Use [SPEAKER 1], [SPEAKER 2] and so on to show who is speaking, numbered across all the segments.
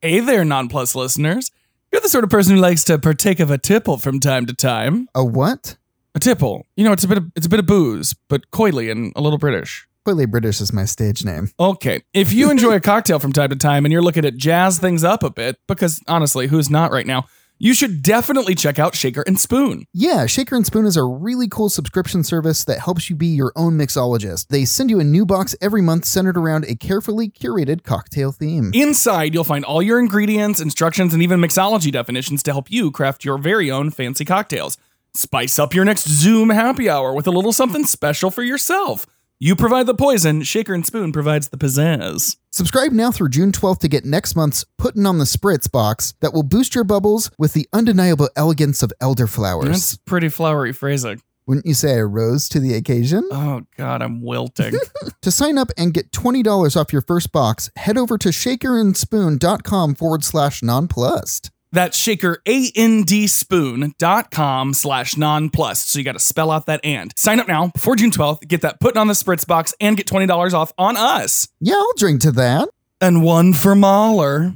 [SPEAKER 1] Hey there, Nonplus listeners. You're the sort of person who likes to partake of a tipple from time to time.
[SPEAKER 2] A what?
[SPEAKER 1] A tipple. You know, it's a bit of, it's a bit of booze, but coyly and a little British.
[SPEAKER 2] Clearly, British is my stage name.
[SPEAKER 1] Okay. If you enjoy a cocktail from time to time and you're looking to jazz things up a bit, because honestly, who's not right now? You should definitely check out Shaker and Spoon.
[SPEAKER 2] Yeah, Shaker and Spoon is a really cool subscription service that helps you be your own mixologist. They send you a new box every month centered around a carefully curated cocktail theme.
[SPEAKER 1] Inside, you'll find all your ingredients, instructions, and even mixology definitions to help you craft your very own fancy cocktails. Spice up your next Zoom happy hour with a little something special for yourself. You provide the poison, Shaker and Spoon provides the pizzazz.
[SPEAKER 2] Subscribe now through June 12th to get next month's Puttin' on the Spritz box that will boost your bubbles with the undeniable elegance of elderflowers.
[SPEAKER 1] That's pretty flowery phrasing.
[SPEAKER 2] Wouldn't you say I rose to the occasion?
[SPEAKER 1] Oh, God, I'm wilting.
[SPEAKER 2] To sign up and get $20 off your first box, head over to shakerandspoon.com forward slash nonplussed.
[SPEAKER 1] That's shaker, A-N-D spoon.com slash nonplus. So you got to spell out that and. Sign up now before June 12th. Get that put on the spritz box and get $20 off on us.
[SPEAKER 2] Yeah, I'll drink to that.
[SPEAKER 1] And one for Mahler.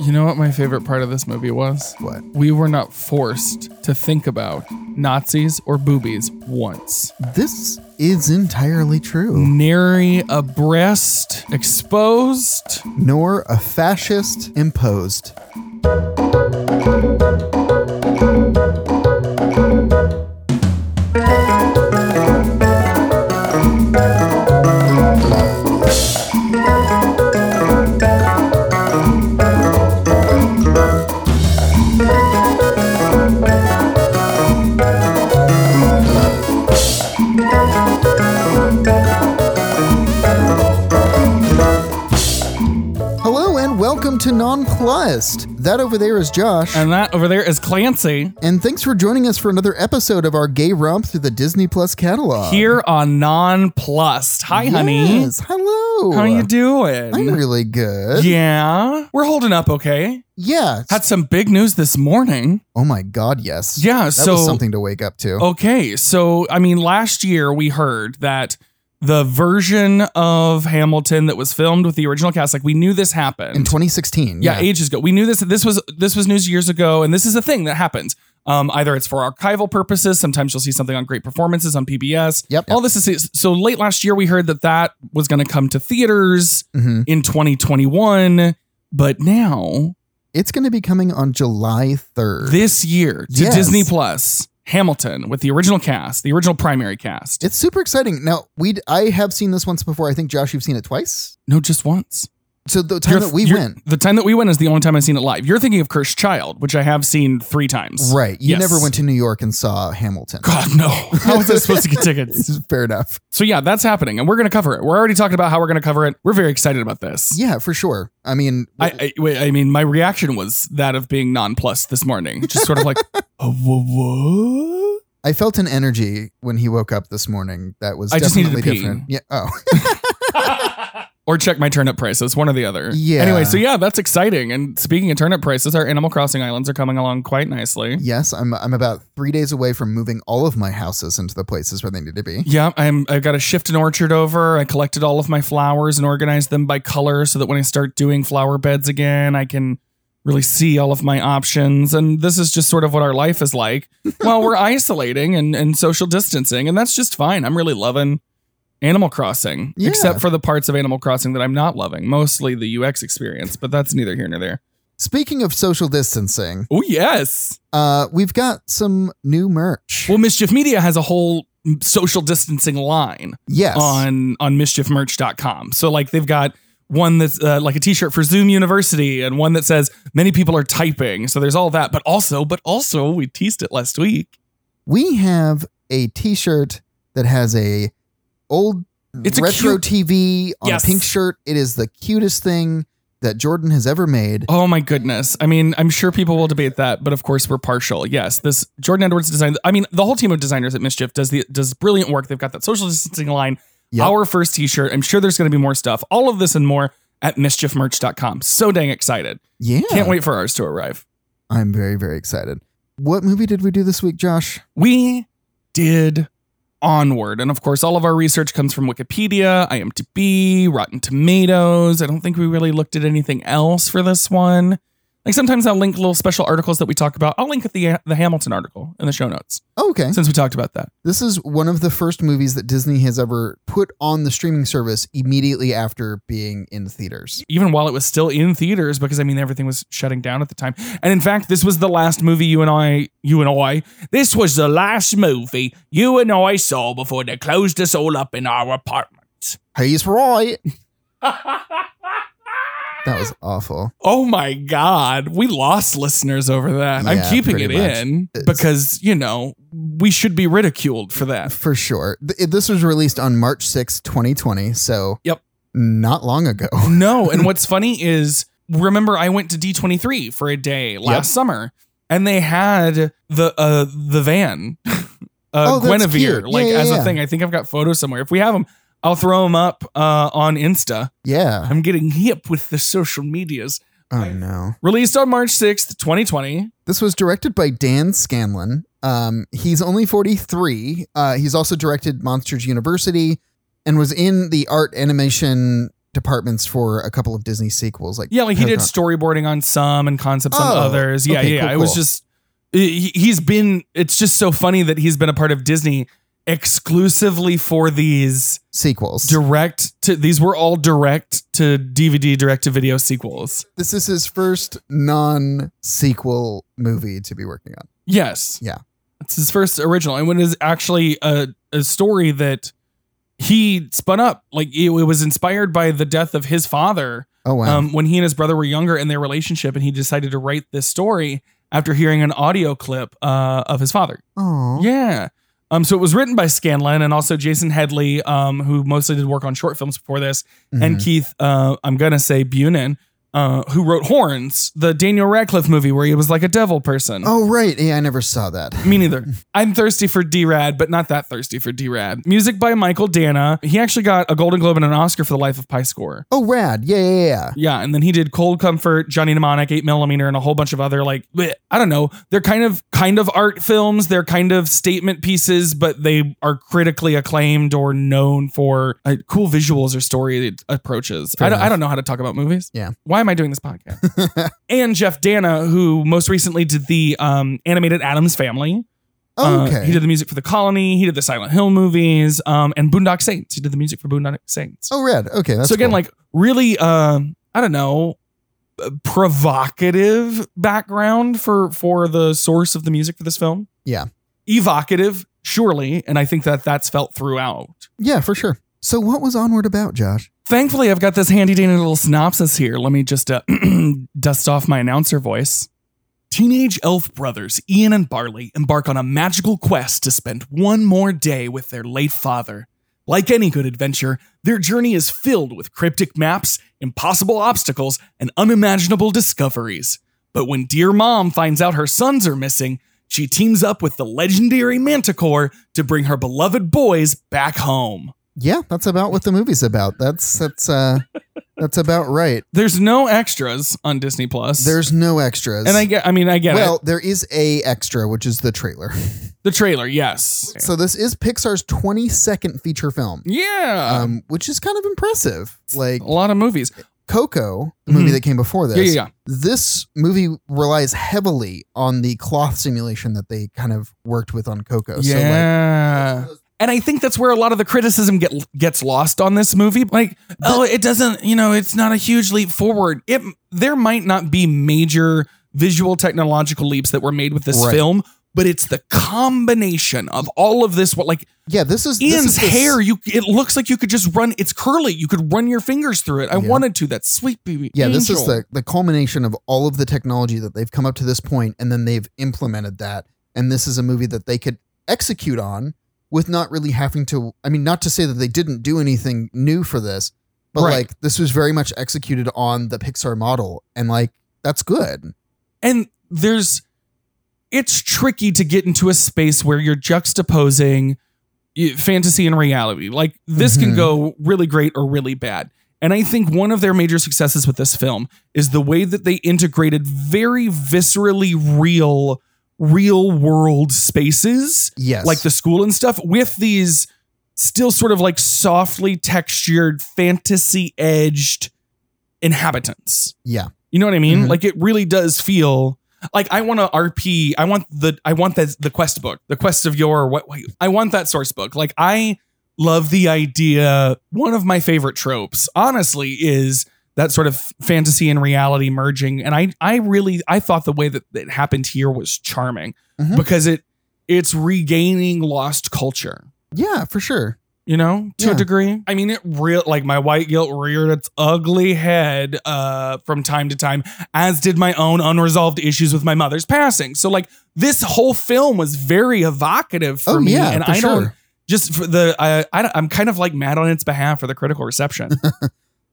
[SPEAKER 1] You know what my favorite part of this movie was?
[SPEAKER 2] What?
[SPEAKER 1] We were not forced to think about Nazis or boobies once.
[SPEAKER 2] This is entirely true.
[SPEAKER 1] Nary a breast exposed.
[SPEAKER 2] Nor a fascist imposed. Hello and welcome to Nonplussed. That over there is Josh.
[SPEAKER 1] And that over there is Clancy
[SPEAKER 2] And thanks for joining us for another episode of our gay romp through the Disney Plus catalog.
[SPEAKER 1] here on Nonplussed. Hi, honey.
[SPEAKER 2] Yes, hello.
[SPEAKER 1] How you doing?
[SPEAKER 2] I'm really good.
[SPEAKER 1] yeah. We're holding up okay.
[SPEAKER 2] Yeah.
[SPEAKER 1] Had some big news this morning.
[SPEAKER 2] oh my God, yes.
[SPEAKER 1] Yeah,
[SPEAKER 2] That
[SPEAKER 1] so Oh.
[SPEAKER 2] was something to wake up to.
[SPEAKER 1] Okay, so I mean, last year we heard that the version of Hamilton that was filmed with the original cast, like we knew this happened.
[SPEAKER 2] In 2016.
[SPEAKER 1] yeah, ages ago, we knew this. This was this was news years ago, and this is a thing that happens. Um, either it's for archival purposes. Sometimes you'll see something on Great Performances on PBS.
[SPEAKER 2] Yep.
[SPEAKER 1] All this is so. Late last year, we heard that that was going to come to theaters
[SPEAKER 2] Mhm.
[SPEAKER 1] in 2021, but now
[SPEAKER 2] It's going to be coming on July 3rd.
[SPEAKER 1] this year to
[SPEAKER 2] Yes.
[SPEAKER 1] Disney Plus, Hamilton with the original cast, the original primary cast.
[SPEAKER 2] it's super exciting. Now, we I have seen this once before. I think Josh, you've seen it twice.
[SPEAKER 1] No, just once.
[SPEAKER 2] So the time
[SPEAKER 1] You're-
[SPEAKER 2] that we
[SPEAKER 1] you're-
[SPEAKER 2] went,
[SPEAKER 1] The time that we went is the only time I've seen it live. You're thinking of Cursed Child, which I have seen three times.
[SPEAKER 2] right? You
[SPEAKER 1] Yes.
[SPEAKER 2] never went to New York and saw Hamilton.
[SPEAKER 1] God, no. How was I supposed to get tickets?
[SPEAKER 2] Fair enough.
[SPEAKER 1] So, yeah, that's happening. And we're going to cover it. We're already talking about how we're going to cover it. We're very excited about this.
[SPEAKER 2] Yeah, for sure. I mean,
[SPEAKER 1] I, I, wait, I mean, my reaction was that of being nonplussed this morning. Just sort of like, oh, wha- what?
[SPEAKER 2] I felt an energy when he woke up this morning that was
[SPEAKER 1] I just needed
[SPEAKER 2] definitely
[SPEAKER 1] to pee.
[SPEAKER 2] different. Yeah. Oh,
[SPEAKER 1] Or check my turnip prices, one or the other.
[SPEAKER 2] Yeah.
[SPEAKER 1] Anyway, so yeah, that's exciting. And speaking of turnip prices, our Animal Crossing islands are coming along quite nicely.
[SPEAKER 2] yes. I'm I'm about three days away from moving all of my houses into the places where they need to be.
[SPEAKER 1] Yeah, I'm. I've got to shift an orchard over. I collected all of my flowers and organized them by color so that when I start doing flower beds again, I can really see all of my options. And this is just sort of what our life is like. well, we're isolating and and social distancing, and that's just fine. I'm really loving Animal Crossing,
[SPEAKER 2] Yeah.
[SPEAKER 1] except for the parts of Animal Crossing that I'm not loving, mostly the UX experience. But that's neither here nor there.
[SPEAKER 2] Speaking of social distancing,
[SPEAKER 1] Oh yes.
[SPEAKER 2] uh, we've got some new merch.
[SPEAKER 1] Well, Mischief Media has a whole mm, social distancing line.
[SPEAKER 2] yes.
[SPEAKER 1] on on mischiefmerch.com. So like they've got one that's uh, like a t-shirt for Zoom University and one that says many people are typing. So there's all that, but also but also we teased it last week.
[SPEAKER 2] we have a T-shirt that has a old
[SPEAKER 1] It's a
[SPEAKER 2] retro TV on
[SPEAKER 1] Yes.
[SPEAKER 2] a pink shirt. It is the cutest thing that Jordan has ever made.
[SPEAKER 1] Oh my goodness. I mean, I'm sure people will debate that, but of course we're partial. Yes, this Jordan Edwards design I mean, the whole team of designers at Mischief does the does brilliant work. They've got that social distancing line,
[SPEAKER 2] Yep.
[SPEAKER 1] our first t-shirt. I'm sure there's going to be more stuff. All of this and more at mischiefmerch.com. So dang excited.
[SPEAKER 2] Yeah,
[SPEAKER 1] Can't wait for ours to arrive.
[SPEAKER 2] I'm very very excited. What movie did we do this week, Josh?
[SPEAKER 1] We did onward. And of course, all of our research comes from Wikipedia, IMDb, Rotten Tomatoes. I don't think we really looked at anything else for this one. Like sometimes I'll link little special articles that we talk about. I'll link the the Hamilton article in the show notes
[SPEAKER 2] Oh, okay.
[SPEAKER 1] since we talked about that.
[SPEAKER 2] This is one of the first movies that Disney has ever put on the streaming service immediately after being in theaters.
[SPEAKER 1] Even while it was still in theaters, because I mean everything was shutting down at the time. And in fact, this was the last movie you and I, you and I, this was the last movie you and I saw before they closed us all up in our apartments.
[SPEAKER 2] He's right. That was awful.
[SPEAKER 1] Oh my God. We lost listeners over that. I'm
[SPEAKER 2] Yeah,
[SPEAKER 1] keeping it
[SPEAKER 2] pretty much.
[SPEAKER 1] in
[SPEAKER 2] It's-
[SPEAKER 1] because, you know, we should be ridiculed for that.
[SPEAKER 2] For sure. Th- This was released on March sixth, 2020. So,
[SPEAKER 1] Yep.
[SPEAKER 2] Not long ago.
[SPEAKER 1] No. And what's funny is, remember, I went to D23 for a day last
[SPEAKER 2] Yep.
[SPEAKER 1] summer and they had the uh, the van, uh,
[SPEAKER 2] Oh, that's
[SPEAKER 1] Guinevere,
[SPEAKER 2] cute.
[SPEAKER 1] like
[SPEAKER 2] Yeah, yeah,
[SPEAKER 1] as a
[SPEAKER 2] yeah.
[SPEAKER 1] thing. I think I've got photos somewhere. If we have them, I'll throw them up uh, on Insta.
[SPEAKER 2] Yeah.
[SPEAKER 1] I'm getting hip with the social medias.
[SPEAKER 2] Oh, no.
[SPEAKER 1] Released on March 6th, 2020.
[SPEAKER 2] This was directed by Dan Scanlon. Um, he's only 43. Uh, he's also directed Monsters University and was in the art animation departments for a couple of Disney sequels. Like
[SPEAKER 1] Yeah, like he did
[SPEAKER 2] Coco.
[SPEAKER 1] storyboarding on some and concepts on
[SPEAKER 2] Oh,
[SPEAKER 1] others. Yeah,
[SPEAKER 2] okay,
[SPEAKER 1] yeah.
[SPEAKER 2] cool,
[SPEAKER 1] it was
[SPEAKER 2] cool.
[SPEAKER 1] just he- he's been. It's just so funny that he's been a part of Disney exclusively for these
[SPEAKER 2] sequels.
[SPEAKER 1] direct to these were all direct to DVD direct to video sequels.
[SPEAKER 2] this is his first non-sequel movie to be working on.
[SPEAKER 1] Yes.
[SPEAKER 2] Yeah.
[SPEAKER 1] It's his first original. And it is actually a, a story that he spun up. Like it, it was inspired by the death of his father
[SPEAKER 2] Oh wow.
[SPEAKER 1] um, when he and his brother were younger in their relationship, and he decided to write this story after hearing an audio clip uh, of his father.
[SPEAKER 2] Aw.
[SPEAKER 1] Yeah. Um, so it was written by Scanlan and also Jason Headley, um, who mostly did work on short films before this, and
[SPEAKER 2] Mhm.
[SPEAKER 1] Keith, uh, I'm going to say Bunin, uh, who wrote Horns, the Daniel Radcliffe movie where he was like a devil person.
[SPEAKER 2] Oh right. Yeah, I never saw that.
[SPEAKER 1] Me neither. I'm thirsty for D Rad, but not that thirsty for D Rad. Music by Michael Dana. He actually got a Golden Globe and an Oscar for The Life of Pi Score.
[SPEAKER 2] Oh rad. Yeah, yeah, yeah.
[SPEAKER 1] Yeah, and then he did Cold Comfort, Johnny Mnemonic, Eight Millimeter, and a whole bunch of other like bleh, I don't know. They're kind of kind of art films. They're kind of statement pieces, but they are critically acclaimed or known for uh, cool visuals or story approaches.
[SPEAKER 2] Fair
[SPEAKER 1] I don't, I
[SPEAKER 2] enough.
[SPEAKER 1] don't know how to talk about movies.
[SPEAKER 2] Yeah.
[SPEAKER 1] why am I doing this podcast? and Jeff Dana, who most recently did the um, animated Adams Family.
[SPEAKER 2] Oh,
[SPEAKER 1] Uh,
[SPEAKER 2] okay.
[SPEAKER 1] he did the music for The Colony. He did the Silent Hill movies, um, and Boondock Saints. He did the music for Boondock Saints
[SPEAKER 2] oh rad. Okay. That's
[SPEAKER 1] so again,
[SPEAKER 2] cool.
[SPEAKER 1] like really, um, I don't know, uh, provocative background for for the source of the music for this film.
[SPEAKER 2] Yeah.
[SPEAKER 1] evocative, surely, and I think that that's felt throughout.
[SPEAKER 2] yeah, for sure. So what was Onward about, Josh?
[SPEAKER 1] Thankfully, I've got this handy dandy little synopsis here. Let me just uh, dust off my announcer voice. Teenage elf brothers Ian and Barley embark on a magical quest to spend one more day with their late father. Like any good adventure, their journey is filled with cryptic maps, impossible obstacles, and unimaginable discoveries. But when dear mom finds out her sons are missing, she teams up with the legendary Manticore to bring her beloved boys back home.
[SPEAKER 2] Yeah, that's about what the movie's about. That's that's uh that's about right.
[SPEAKER 1] There's no extras on Disney Plus.
[SPEAKER 2] There's no extras.
[SPEAKER 1] and I get. I mean, I get
[SPEAKER 2] well,
[SPEAKER 1] it.
[SPEAKER 2] there is a extra, which is the trailer.
[SPEAKER 1] The trailer, yes.
[SPEAKER 2] So this is Pixar's 22nd feature film,
[SPEAKER 1] Yeah,
[SPEAKER 2] um, which is kind of impressive. Like
[SPEAKER 1] a lot of movies.
[SPEAKER 2] Coco, the movie
[SPEAKER 1] Mhm.
[SPEAKER 2] that came before this,
[SPEAKER 1] Yeah, yeah, yeah.
[SPEAKER 2] this movie relies heavily on the cloth simulation that they kind of worked with on Coco.
[SPEAKER 1] yeah.
[SPEAKER 2] So like,
[SPEAKER 1] and I think that's where a lot of the criticism get gets lost on this movie. Like, oh, it doesn't, you know, it's not a huge leap forward. It there might not be major visual technological leaps that were made with this
[SPEAKER 2] Right.
[SPEAKER 1] film, but it's the combination of all of this. What like
[SPEAKER 2] yeah, this is this
[SPEAKER 1] Ian's
[SPEAKER 2] is this-
[SPEAKER 1] hair, you it looks like you could just run. It's curly. You could run your fingers through it. I
[SPEAKER 2] Yeah.
[SPEAKER 1] wanted to. That's sweet, baby.
[SPEAKER 2] Yeah, this is
[SPEAKER 1] Angel.
[SPEAKER 2] the the culmination of all of the technology that they've come up to this point, and then they've implemented that. And this is a movie that they could execute on with not really having to. I mean, not to say that they didn't do anything new for this, but
[SPEAKER 1] Right.
[SPEAKER 2] like this was very much executed on the Pixar model, and like that's good.
[SPEAKER 1] and there's it's tricky to get into a space where you're juxtaposing eh, fantasy and reality. Like this can
[SPEAKER 2] Mhm.
[SPEAKER 1] go really great or really bad. And I think one of their major successes with this film is the way that they integrated very viscerally real real world spaces
[SPEAKER 2] Yes.
[SPEAKER 1] like the school and stuff with these still sort of like softly textured fantasy edged inhabitants
[SPEAKER 2] Yeah.
[SPEAKER 1] you know what i mean
[SPEAKER 2] Mhm.
[SPEAKER 1] like it really does feel like i want to rp i want the i want the, the quest book the quest of your what wait, i want that source book like i love the idea one of my favorite tropes honestly is that sort of fantasy and reality merging and i i really i thought the way that it happened here was charming
[SPEAKER 2] Mhm.
[SPEAKER 1] because it it's regaining lost culture
[SPEAKER 2] Yeah, for sure.
[SPEAKER 1] you know to a
[SPEAKER 2] Yeah.
[SPEAKER 1] degree i mean it real like my white guilt reared its ugly head uh from time to time as did my own unresolved issues with my mother's passing so like this whole film was very evocative for
[SPEAKER 2] oh
[SPEAKER 1] me
[SPEAKER 2] yeah,
[SPEAKER 1] and
[SPEAKER 2] for
[SPEAKER 1] i
[SPEAKER 2] sure.
[SPEAKER 1] don't just for the I, I don't- i'm kind of like mad on its behalf for the critical reception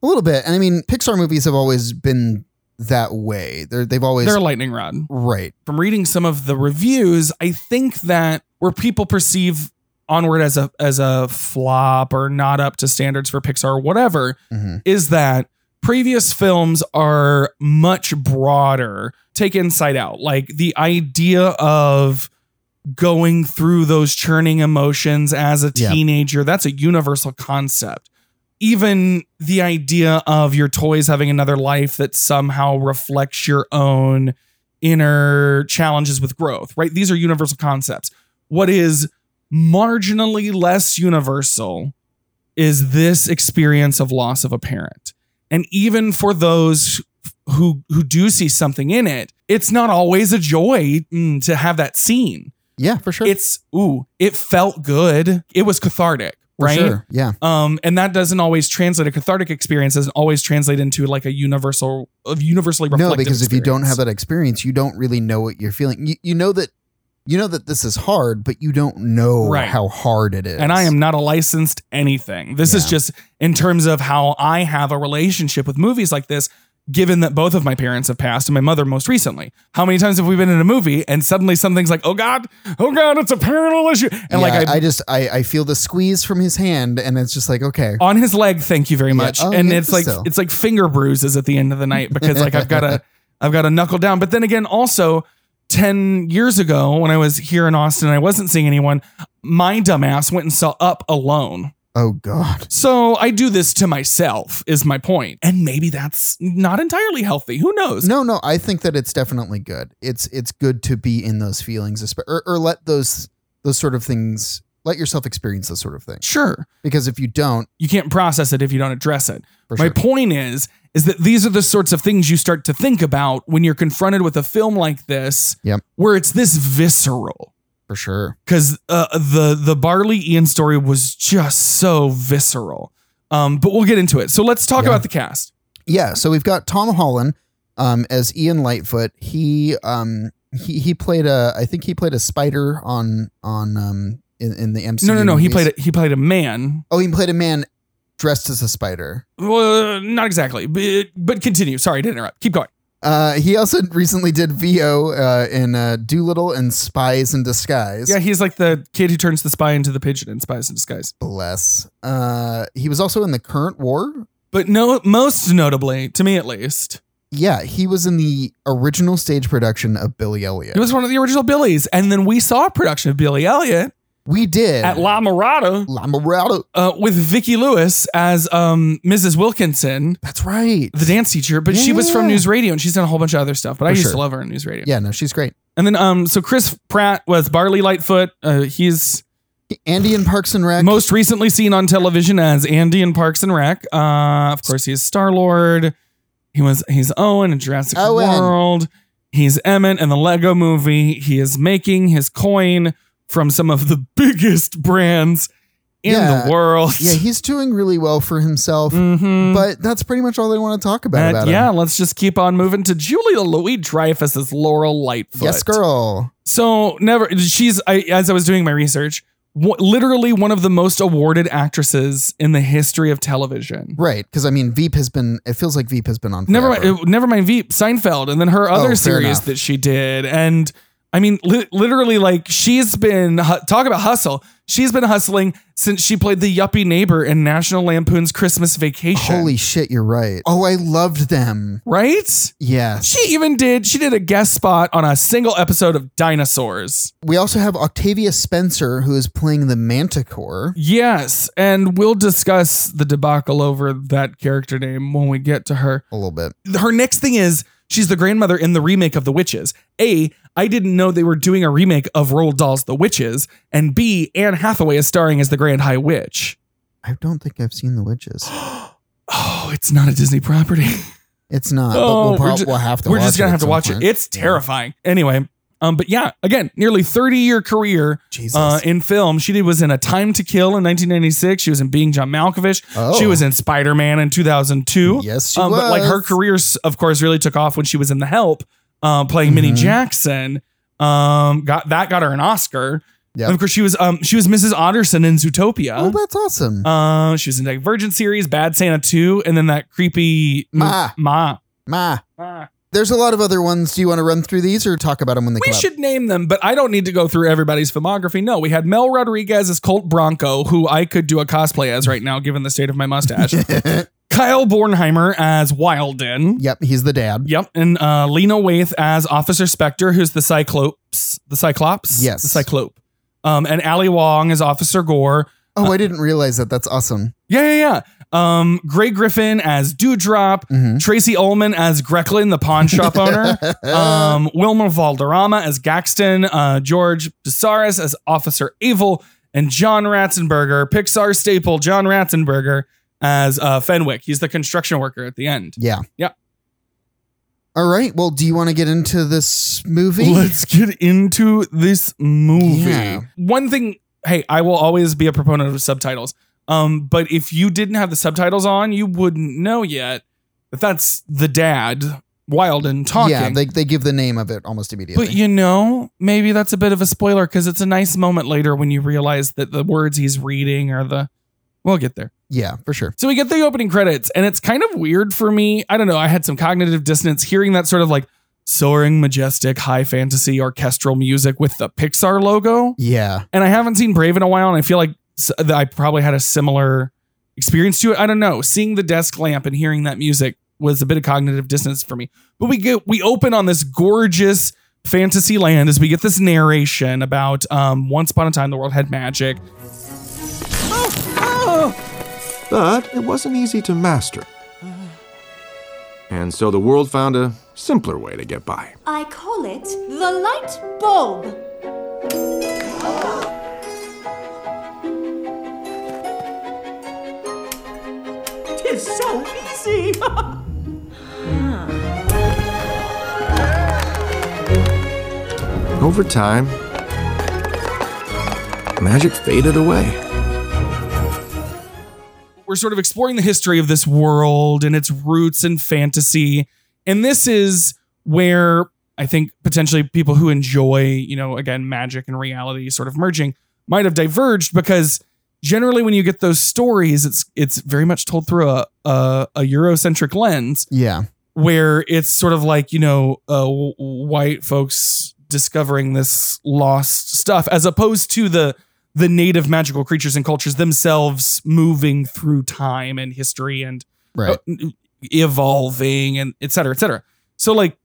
[SPEAKER 2] a little bit. And I mean, Pixar movies have always been that way. They're they've always
[SPEAKER 1] they're a lightning rod
[SPEAKER 2] right.
[SPEAKER 1] from reading some of the reviews, I think that where people perceive Onward as a as a flop or not up to standards for Pixar or whatever
[SPEAKER 2] Mhm.
[SPEAKER 1] is that previous films are much broader. Take Inside Out, like the idea of going through those churning emotions as a
[SPEAKER 2] Yeah.
[SPEAKER 1] teenager. That's a universal concept. Even the idea of your toys having another life that somehow reflects your own inner challenges with growth, right? These are universal concepts. What is marginally less universal is this experience of loss of a parent. And even for those who who do see something in it, it's not always a joy mm, to have that scene.
[SPEAKER 2] Yeah, for sure.
[SPEAKER 1] It's ooh, it felt good. It was cathartic,
[SPEAKER 2] For
[SPEAKER 1] right?
[SPEAKER 2] sure. Yeah.
[SPEAKER 1] um and that doesn't always translate a cathartic experience doesn't always translate into like a universal of universally reflective
[SPEAKER 2] No, because if you don't
[SPEAKER 1] experience.
[SPEAKER 2] have that experience, you don't really know what you're feeling. You, you know that you know that this is hard, but you don't know
[SPEAKER 1] Right.
[SPEAKER 2] how hard it is.
[SPEAKER 1] and i am not a licensed anything this is
[SPEAKER 2] Yeah.
[SPEAKER 1] just in terms of how i have a relationship with movies like this given that both of my parents have passed and my mother most recently how many times have we been in a movie and suddenly something's like oh god oh god it's a parental issue and
[SPEAKER 2] And
[SPEAKER 1] like I,
[SPEAKER 2] I, just I, I feel the squeeze from his hand, and it's just like okay,
[SPEAKER 1] on his leg thank you very much
[SPEAKER 2] Oh,
[SPEAKER 1] and
[SPEAKER 2] yeah,
[SPEAKER 1] it's like
[SPEAKER 2] so.
[SPEAKER 1] it's like finger bruises at the end of the night because like i've got to i've got to knuckle down but then again also 10 years ago when i was here in austin and i wasn't seeing anyone my dumbass went and saw up alone
[SPEAKER 2] oh god,
[SPEAKER 1] so i do this to myself is my point and maybe that's not entirely healthy who knows
[SPEAKER 2] no, no. I think that it's definitely good. It's it's good to be in those feelings, espe- or, or let those those sort of things. Let yourself experience those sort of things
[SPEAKER 1] sure
[SPEAKER 2] because if you don't,
[SPEAKER 1] you can't process it if you don't address it
[SPEAKER 2] for
[SPEAKER 1] My
[SPEAKER 2] sure,
[SPEAKER 1] point is is that these are the sorts of things you start to think about when you're confronted with a film like this
[SPEAKER 2] Yep.
[SPEAKER 1] where it's this visceral
[SPEAKER 2] for sure,
[SPEAKER 1] because uh, the the barley ian story was just so visceral um, but we'll get into it so let's talk
[SPEAKER 2] Yeah.
[SPEAKER 1] about the cast
[SPEAKER 2] yeah. So we've got Tom Holland um, as Ian Lightfoot. He um he he played a I think he played a spider on on um in, in the MCU.
[SPEAKER 1] no no no he
[SPEAKER 2] movies.
[SPEAKER 1] played a, he played a man
[SPEAKER 2] oh he played a man dressed as a spider.
[SPEAKER 1] well, not exactly but, but continue sorry to interrupt keep going
[SPEAKER 2] Uh, he also recently did VO uh, in uh, Doolittle and Spies in Disguise.
[SPEAKER 1] yeah he's like the kid who turns the spy into the pigeon and spies in disguise
[SPEAKER 2] Bless. Uh, he was also in the current war.
[SPEAKER 1] but no most notably to me at least
[SPEAKER 2] Yeah, he was in the original stage production of Billy Elliot.
[SPEAKER 1] he was one of the original billies and then we saw a production of billy elliot
[SPEAKER 2] we did.
[SPEAKER 1] at la mirada
[SPEAKER 2] La Mirada.
[SPEAKER 1] uh, with Vicki Lewis as um, Mrs. Wilkinson,
[SPEAKER 2] That's right.
[SPEAKER 1] the dance teacher, but she was from
[SPEAKER 2] Yeah.
[SPEAKER 1] News Radio and she's done a whole bunch of other stuff. But I
[SPEAKER 2] For
[SPEAKER 1] used to
[SPEAKER 2] sure.
[SPEAKER 1] love her in News Radio.
[SPEAKER 2] yeah, no, she's great.
[SPEAKER 1] And then um, so Chris Pratt was Barley Lightfoot. Uh, he's
[SPEAKER 2] Andy in Parks and Rec.
[SPEAKER 1] most recently seen on television as Andy in Parks and Rec. Uh, of course, he is Star Lord. He was he's Owen in Jurassic
[SPEAKER 2] Owen.
[SPEAKER 1] World. He's Emmett in the Lego Movie. He is making his coin from some of the biggest brands in
[SPEAKER 2] Yeah.
[SPEAKER 1] the world.
[SPEAKER 2] yeah, he's doing really well for himself.
[SPEAKER 1] Mhm.
[SPEAKER 2] But that's pretty much all they want to talk about.
[SPEAKER 1] Uh,
[SPEAKER 2] about him.
[SPEAKER 1] yeah, let's just keep on moving to Julia Louis Dreyfus as Laurel Lightfoot.
[SPEAKER 2] Yes, girl.
[SPEAKER 1] So never. She's I, as I was doing my research, w- literally one of the most awarded actresses in the history of television.
[SPEAKER 2] Right. Because, I mean, Veep has been, it feels like Veep has been on.
[SPEAKER 1] Never
[SPEAKER 2] forever.
[SPEAKER 1] mind. uh, Never mind. Veep, Seinfeld, and then her
[SPEAKER 2] Oh,
[SPEAKER 1] other
[SPEAKER 2] fair
[SPEAKER 1] series
[SPEAKER 2] enough.
[SPEAKER 1] that she did, and. I I mean, li- literally, like she's been hu- talk about hustle. She's been hustling since she played the yuppie neighbor in National Lampoon's Christmas Vacation.
[SPEAKER 2] Holy shit, you're right. Oh, I loved them.
[SPEAKER 1] right?
[SPEAKER 2] Yes.
[SPEAKER 1] She even did. She did a guest spot on a single episode of Dinosaurs.
[SPEAKER 2] We also have Octavia Spencer, who is playing the Manticore.
[SPEAKER 1] Yes, and we'll discuss the debacle over that character name when we get to her.
[SPEAKER 2] A little bit.
[SPEAKER 1] her next thing is she's the grandmother in the remake of The Witches. A, I didn't know they were doing a remake of Roald Dahl's The Witches, and B, Anne Hathaway is starring as the Grand High Witch.
[SPEAKER 2] I don't think I've seen The Witches.
[SPEAKER 1] Oh, it's not a Disney property.
[SPEAKER 2] It's not,
[SPEAKER 1] Oh,
[SPEAKER 2] but we'll,
[SPEAKER 1] we're
[SPEAKER 2] prob-
[SPEAKER 1] ju-
[SPEAKER 2] we'll have to
[SPEAKER 1] We're
[SPEAKER 2] watch
[SPEAKER 1] just
[SPEAKER 2] it
[SPEAKER 1] gonna
[SPEAKER 2] at
[SPEAKER 1] have to
[SPEAKER 2] some
[SPEAKER 1] watch
[SPEAKER 2] point.
[SPEAKER 1] it. It's terrifying. Anyway, um, but yeah, again, nearly 30 year career
[SPEAKER 2] Jesus.
[SPEAKER 1] uh, in film. She did was in A Time to Kill in 1996. She was in Being John Malkovich.
[SPEAKER 2] Oh.
[SPEAKER 1] uh, She was in Spider Man in 2002.
[SPEAKER 2] Yes, she
[SPEAKER 1] um, But like her
[SPEAKER 2] was.
[SPEAKER 1] career, s- of course, really took off when she was in The Help, uh, playing Minnie
[SPEAKER 2] Mhm.
[SPEAKER 1] Jackson. Um, got that got her an Oscar.
[SPEAKER 2] Yep.
[SPEAKER 1] And of course, she was um she was Mrs. Otterson in Zootopia.
[SPEAKER 2] Oh, that's awesome.
[SPEAKER 1] uh, she was in Divergent series, Bad Santa 2, and then that creepy
[SPEAKER 2] Ma.
[SPEAKER 1] Ma.
[SPEAKER 2] Ma,
[SPEAKER 1] Ma.
[SPEAKER 2] there's a lot of other ones. Do you want to run through these or talk about them when they
[SPEAKER 1] We
[SPEAKER 2] come
[SPEAKER 1] should name them, but I don't need to go through everybody's filmography. No, we had Mel Rodriguez as Colt Bronco, who I could do a cosplay as right now, given the state of my mustache.
[SPEAKER 2] up?
[SPEAKER 1] Kyle Bornheimer as Wilden.
[SPEAKER 2] yep, he's the dad.
[SPEAKER 1] Yep, and uh, Lena Waithe as Officer Spectre, who's the Cyclops. The Cyclops.
[SPEAKER 2] Yes.
[SPEAKER 1] the Cyclope. Um, and Ali Wong as Officer Gore.
[SPEAKER 2] Oh, I didn't realize that. That's awesome.
[SPEAKER 1] Yeah, yeah, yeah. Um, Gray Griffin as Dewdrop.
[SPEAKER 2] Mhm.
[SPEAKER 1] Tracy Ullman as Grecklin, the pawn shop owner.
[SPEAKER 2] Uh.
[SPEAKER 1] um, Wilmer Valderrama as Gaxton, uh, George Pisaris as Officer Evil, and John Ratzenberger, Pixar staple John Ratzenberger as uh, Fenwick. He's the construction worker at the end.
[SPEAKER 2] yeah.
[SPEAKER 1] yeah.
[SPEAKER 2] All right. Well, do you want to get into this movie?
[SPEAKER 1] Let's get into this movie.
[SPEAKER 2] Yeah.
[SPEAKER 1] One thing, hey, I will always be a proponent of subtitles. Um, but if you didn't have the subtitles on, you wouldn't know yet that that's the dad, Wild and talking.
[SPEAKER 2] Yeah, they, they give the name of it almost immediately.
[SPEAKER 1] But you know, maybe that's a bit of a spoiler because it's a nice moment later when you realize that the words he's reading are the. We'll get there.
[SPEAKER 2] yeah, for sure.
[SPEAKER 1] So we get the opening credits, and it's kind of weird for me. I don't know. I had some cognitive dissonance hearing that sort of like soaring, majestic, high fantasy orchestral music with the Pixar logo.
[SPEAKER 2] Yeah.
[SPEAKER 1] And I haven't seen Brave in a while, and I feel like s- that I probably had a similar experience to it. I don't know. Seeing the desk lamp and hearing that music was a bit of cognitive dissonance for me. But we get we open on this gorgeous fantasy land as we get this narration about um, once upon a time the world had magic.
[SPEAKER 3] but it wasn't easy to master. And so the world found a simpler way to get by.
[SPEAKER 4] I call it the light bulb.
[SPEAKER 5] It's so easy.
[SPEAKER 3] Over time, magic faded away.
[SPEAKER 1] we're sort of exploring the history of this world and its roots and fantasy. And this is where I think potentially people who enjoy, you know, again, magic and reality sort of merging might have diverged because generally when you get those stories, it's it's very much told through a a, a Eurocentric lens
[SPEAKER 2] Yeah.
[SPEAKER 1] where it's sort of like you know uh, w- white folks discovering this lost stuff as opposed to the the native magical creatures and cultures themselves moving through time and history and
[SPEAKER 2] Right.
[SPEAKER 1] uh, evolving and et cetera, et cetera. So like,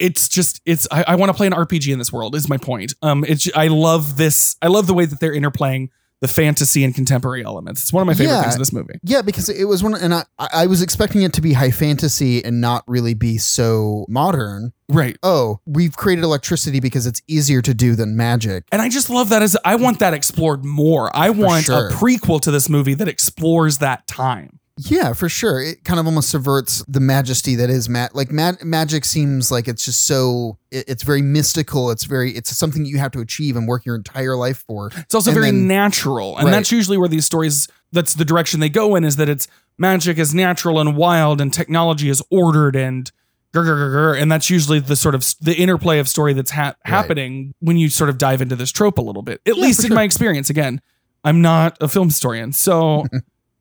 [SPEAKER 1] it's just it's I, I want to play an RPG in this world is my point. Um, it's I love this. I love the way that they're interplaying the fantasy and contemporary elements. It's one of my favorite
[SPEAKER 2] Yeah.
[SPEAKER 1] things in this movie.
[SPEAKER 2] Yeah, because it was one, and I, I was expecting it to be high fantasy and not really be so modern.
[SPEAKER 1] Right.
[SPEAKER 2] Oh, we've created electricity because it's easier to do than magic.
[SPEAKER 1] And I just love that as I want that explored more. I want
[SPEAKER 2] sure.
[SPEAKER 1] a prequel to this movie that explores that time.
[SPEAKER 2] Yeah, for sure. It kind of almost subverts the majesty that is ma- like ma- magic seems like it's just so it, it's very mystical. It's very it's something you have to achieve and work your entire life for.
[SPEAKER 1] It's also
[SPEAKER 2] And
[SPEAKER 1] very
[SPEAKER 2] then-
[SPEAKER 1] natural. And
[SPEAKER 2] Right.
[SPEAKER 1] that's usually where these stories that's the direction they go in is that it's magic is natural and wild and technology is ordered and grr, grr, grr, grr. and that's usually the sort of s- the interplay of story that's hap happening when you sort of dive into this trope a little bit. At
[SPEAKER 2] Yeah,
[SPEAKER 1] least
[SPEAKER 2] for
[SPEAKER 1] in
[SPEAKER 2] sure.
[SPEAKER 1] my experience again. I'm not a film historian. So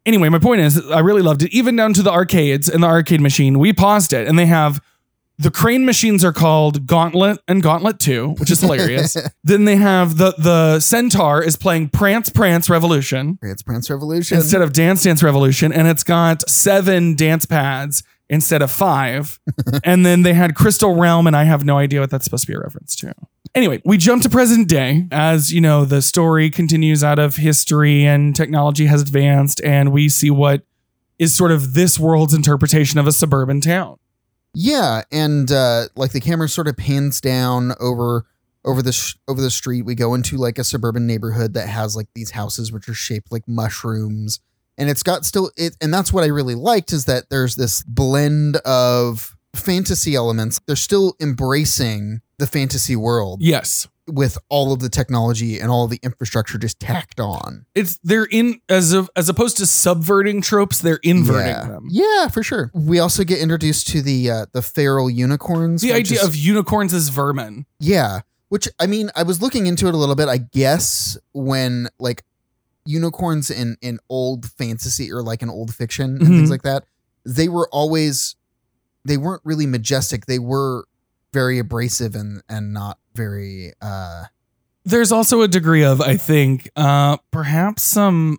[SPEAKER 1] anyway, my point is I really loved it even down to the arcades and the arcade machine. We paused it and they have The crane machines are called Gauntlet and Gauntlet 2, which is hilarious. then they have the the centaur is playing Prance Prance Revolution
[SPEAKER 2] Prance Prance Revolution.
[SPEAKER 1] instead of Dance Dance Revolution, and it's got seven dance pads instead of five. and then they had Crystal Realm, and I have no idea what that's supposed to be a reference to. Anyway, we jump to present day as you know the story continues out of history and technology has advanced, and we see what is sort of this world's interpretation of a suburban town.
[SPEAKER 2] yeah, and uh, like the camera sort of pans down over over the sh- over the street. We go into like a suburban neighborhood that has like these houses which are shaped like mushrooms, and it's got still it. And that's what I really liked is that there's this blend of fantasy elements. They're still embracing the fantasy world
[SPEAKER 1] Yes,
[SPEAKER 2] with all of the technology and all of the infrastructure just tacked on.
[SPEAKER 1] it's they're in as of as opposed to subverting tropes, they're inverting
[SPEAKER 2] yeah.
[SPEAKER 1] them.
[SPEAKER 2] Yeah, for sure. We also get introduced to the uh, the feral unicorns.
[SPEAKER 1] The
[SPEAKER 2] which
[SPEAKER 1] idea
[SPEAKER 2] is-
[SPEAKER 1] of unicorns as vermin.
[SPEAKER 2] yeah, which I mean, I was looking into it a little bit. I guess when like unicorns in in old fantasy or like in old fiction and
[SPEAKER 1] Mhm.
[SPEAKER 2] things like that, they were always they weren't really majestic. They were very abrasive and and not very uh
[SPEAKER 1] there's also a degree of i think uh perhaps some